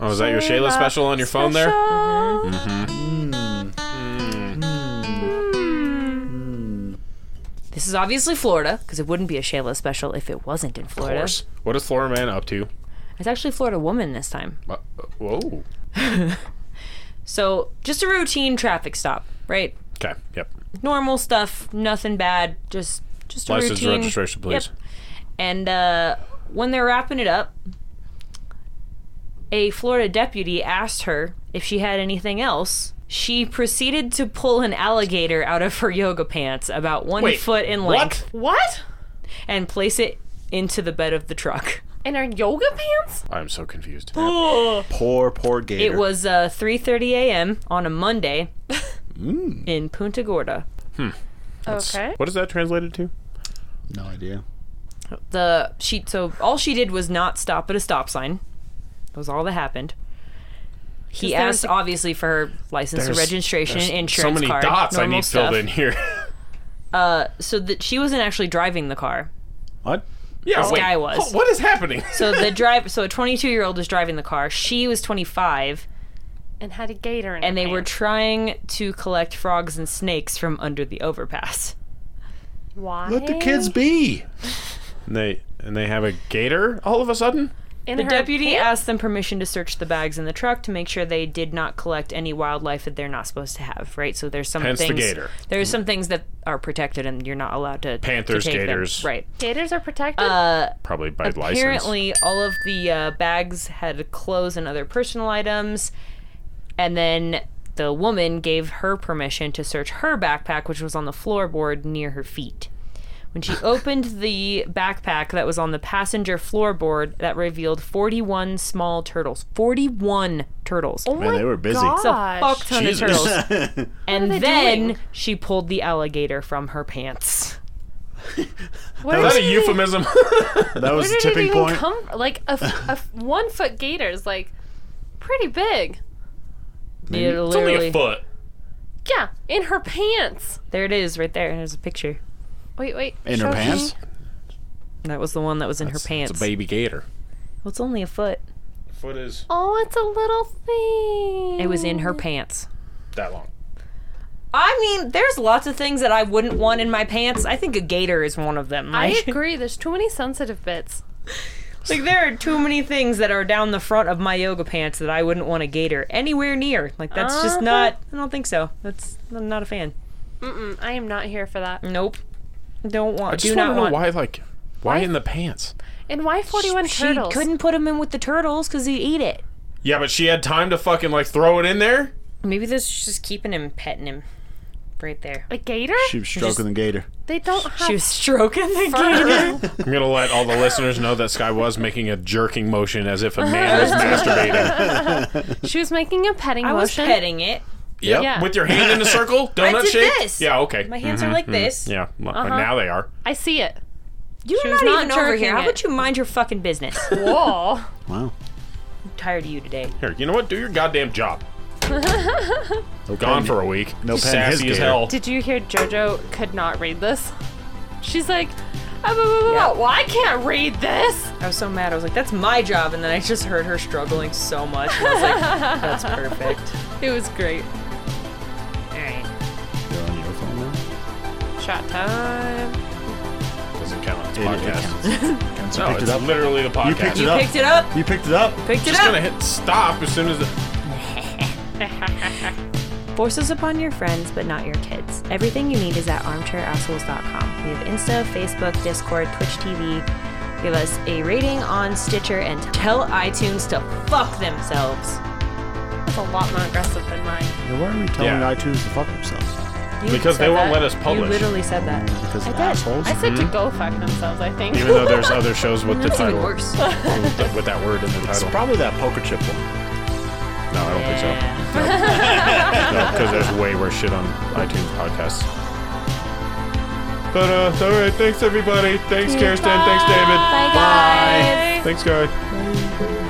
Oh, is that your Shayla special on your phone there? Mm-hmm.
This is obviously Florida, because it wouldn't be a Shayla special if it wasn't in
Of
Florida.
course. What is Florida Man up to?
It's actually Florida woman this time.
Uh, uh, Whoa.
So just a routine traffic stop, right?
Okay. Yep.
Normal stuff, nothing bad. Just just a
License
routine.
registration, please.
Yep. And uh, when they're wrapping it up, a Florida deputy asked her if she had anything else. She proceeded to pull an alligator out of her yoga pants, about one
Wait,
foot in
what?
length,
What?
and place it into the bed of the truck.
In her yoga pants?
I'm so confused.
Poor, poor gator.
It was uh, 3:30 a.m. on a Monday
Mm.
in Punta Gorda.
okay.
What is that translated to?
no idea.
the she so all she did was not stop at a stop sign. That was all that happened. He
there
asked
a-
obviously for her license, and
There's-
registration,
there's
and
So
insurance
many
card.
dots I
normal
need
stuff.
filled in here.
Uh, so that she wasn't actually driving the car.
What?
yeah.
This
wait.
guy was.
What is happening?
So the drive. So a 22 year old was driving the car. She was 25,
And had a gator in
and
her
they were
pants.
trying to collect frogs and snakes from under the overpass.
Why?
Let the kids be.
and they and they have a gator all of a sudden.
In
The
her
deputy
pants?
asked them permission to search the bags in the truck to make sure they did not collect any wildlife that they're not supposed to have. Right, so there's some
Hence the
things.
gator.
There's some things that are protected, and you're not allowed to.
Panthers,
to take them.
gators.
Right.
Gators are protected?
Uh,
Probably by license.
apparently, all of the uh, bags had clothes and other personal items, and then the woman gave her permission to search her backpack, which was on the floorboard near her feet. When she opened the backpack that was on the passenger floorboard, that revealed 41 small turtles. 41 turtles.
oh
Man,
my
they were busy.
Gosh.
It's
a fuck ton of
Jesus.
turtles. And
they
then
doing?
she pulled the alligator from her pants.
Where
Is that a
did it-
euphemism?
That was the
Where did it
tipping
even
point.
come from? Like, a, f- a f- one foot gator's like pretty big.
It
it's only
literally-
a foot.
Yeah, in her pants.
There it is, right there. There's a picture.
Wait, wait.
In her
show
pants?
me.
That was the one that was in her pants.
It's a baby gator.
Well, it's only a foot.
Foot is
Oh, it's a little thing.
It was in her pants.
that long.
Mm. I mean, there's lots of things that I wouldn't want in my pants. I think a gator is one of them.
I
Like,
agree. There's too many sensitive bits.
like there are too many things that are down the front of my yoga pants that I wouldn't want a gator anywhere near. Like that's just
Uh-huh.
not. I don't think so. That's I'm not a fan.
Mm-mm, I am not here for that.
Nope. Don't want.
I just want
do
to
not
know
want.
why, like, why in the pants?
And why 41
She
turtles?
couldn't put him in with the turtles because he'd eat it.
Yeah, but she had time to fucking like throw it in there.
Maybe this is just keeping him, petting him, right there.
A gator?
She was stroking the gator.
they don't have
She was stroking the gator.
fur.
I'm gonna let all the listeners know that Sky was making a jerking motion as if a man was masturbating.
she was making a petting
I was
motion.
petting it.
Yep.
Yeah.
With your hand in a circle, donut
did
shape.
this.
Yeah. Okay.
My hands are like this.
Mm-hmm, Yeah. well, Now they are.
I see it.
You're
was
not,
not
even over
jerking
here. How
it.
about you mind your fucking business? I'm
Whoa.
Wow.
tired of you today.
Here. You know what? Do your goddamn job.
No
Gone
pen-
for a week.
no pen his
Sassy as
gator.
hell.
Did you hear JoJo could not read this? She's like, "Ah, blah, blah, blah, blah. well, I can't read this.
I was so mad. I was like, that's my job. And then I just heard her struggling so much. And I was like, that's perfect.
It was great.
All right.
You're on your phone now?
Shot time.
Doesn't count. It's
It- it
podcast.
counts. It counts. You
No,
picked it
it's
up.
literally the podcast.
picked
You
It up.
picked it up.
You picked it up.
Picked it
just
up.
gonna hit stop as soon as the.
Forces upon your friends, but not your kids. Everything you need is at armchairassholes.com. We have Insta, Facebook, Discord, Twitch TV. Give us a rating on Stitcher and tell iTunes to fuck themselves.
That's a lot more aggressive than mine.
Now, why are we telling
Yeah.
iTunes to fuck themselves?
You
Because they
said
won't let
that.
us publish. Mm-hmm.
You literally said that.
Because
I
of
did.
assholes?
I said to go fuck themselves. I think.
Even though there's other shows with the
That's even
title,
worse.
with the- with that word in the
It's
title.
probably that poker chip one.
No, I don't think so. No, because there's way worse shit on iTunes podcasts. But uh, all right. Thanks everybody. Thanks Kirsten. Thanks David.
Bye guys.
Thanks guy.
Bye.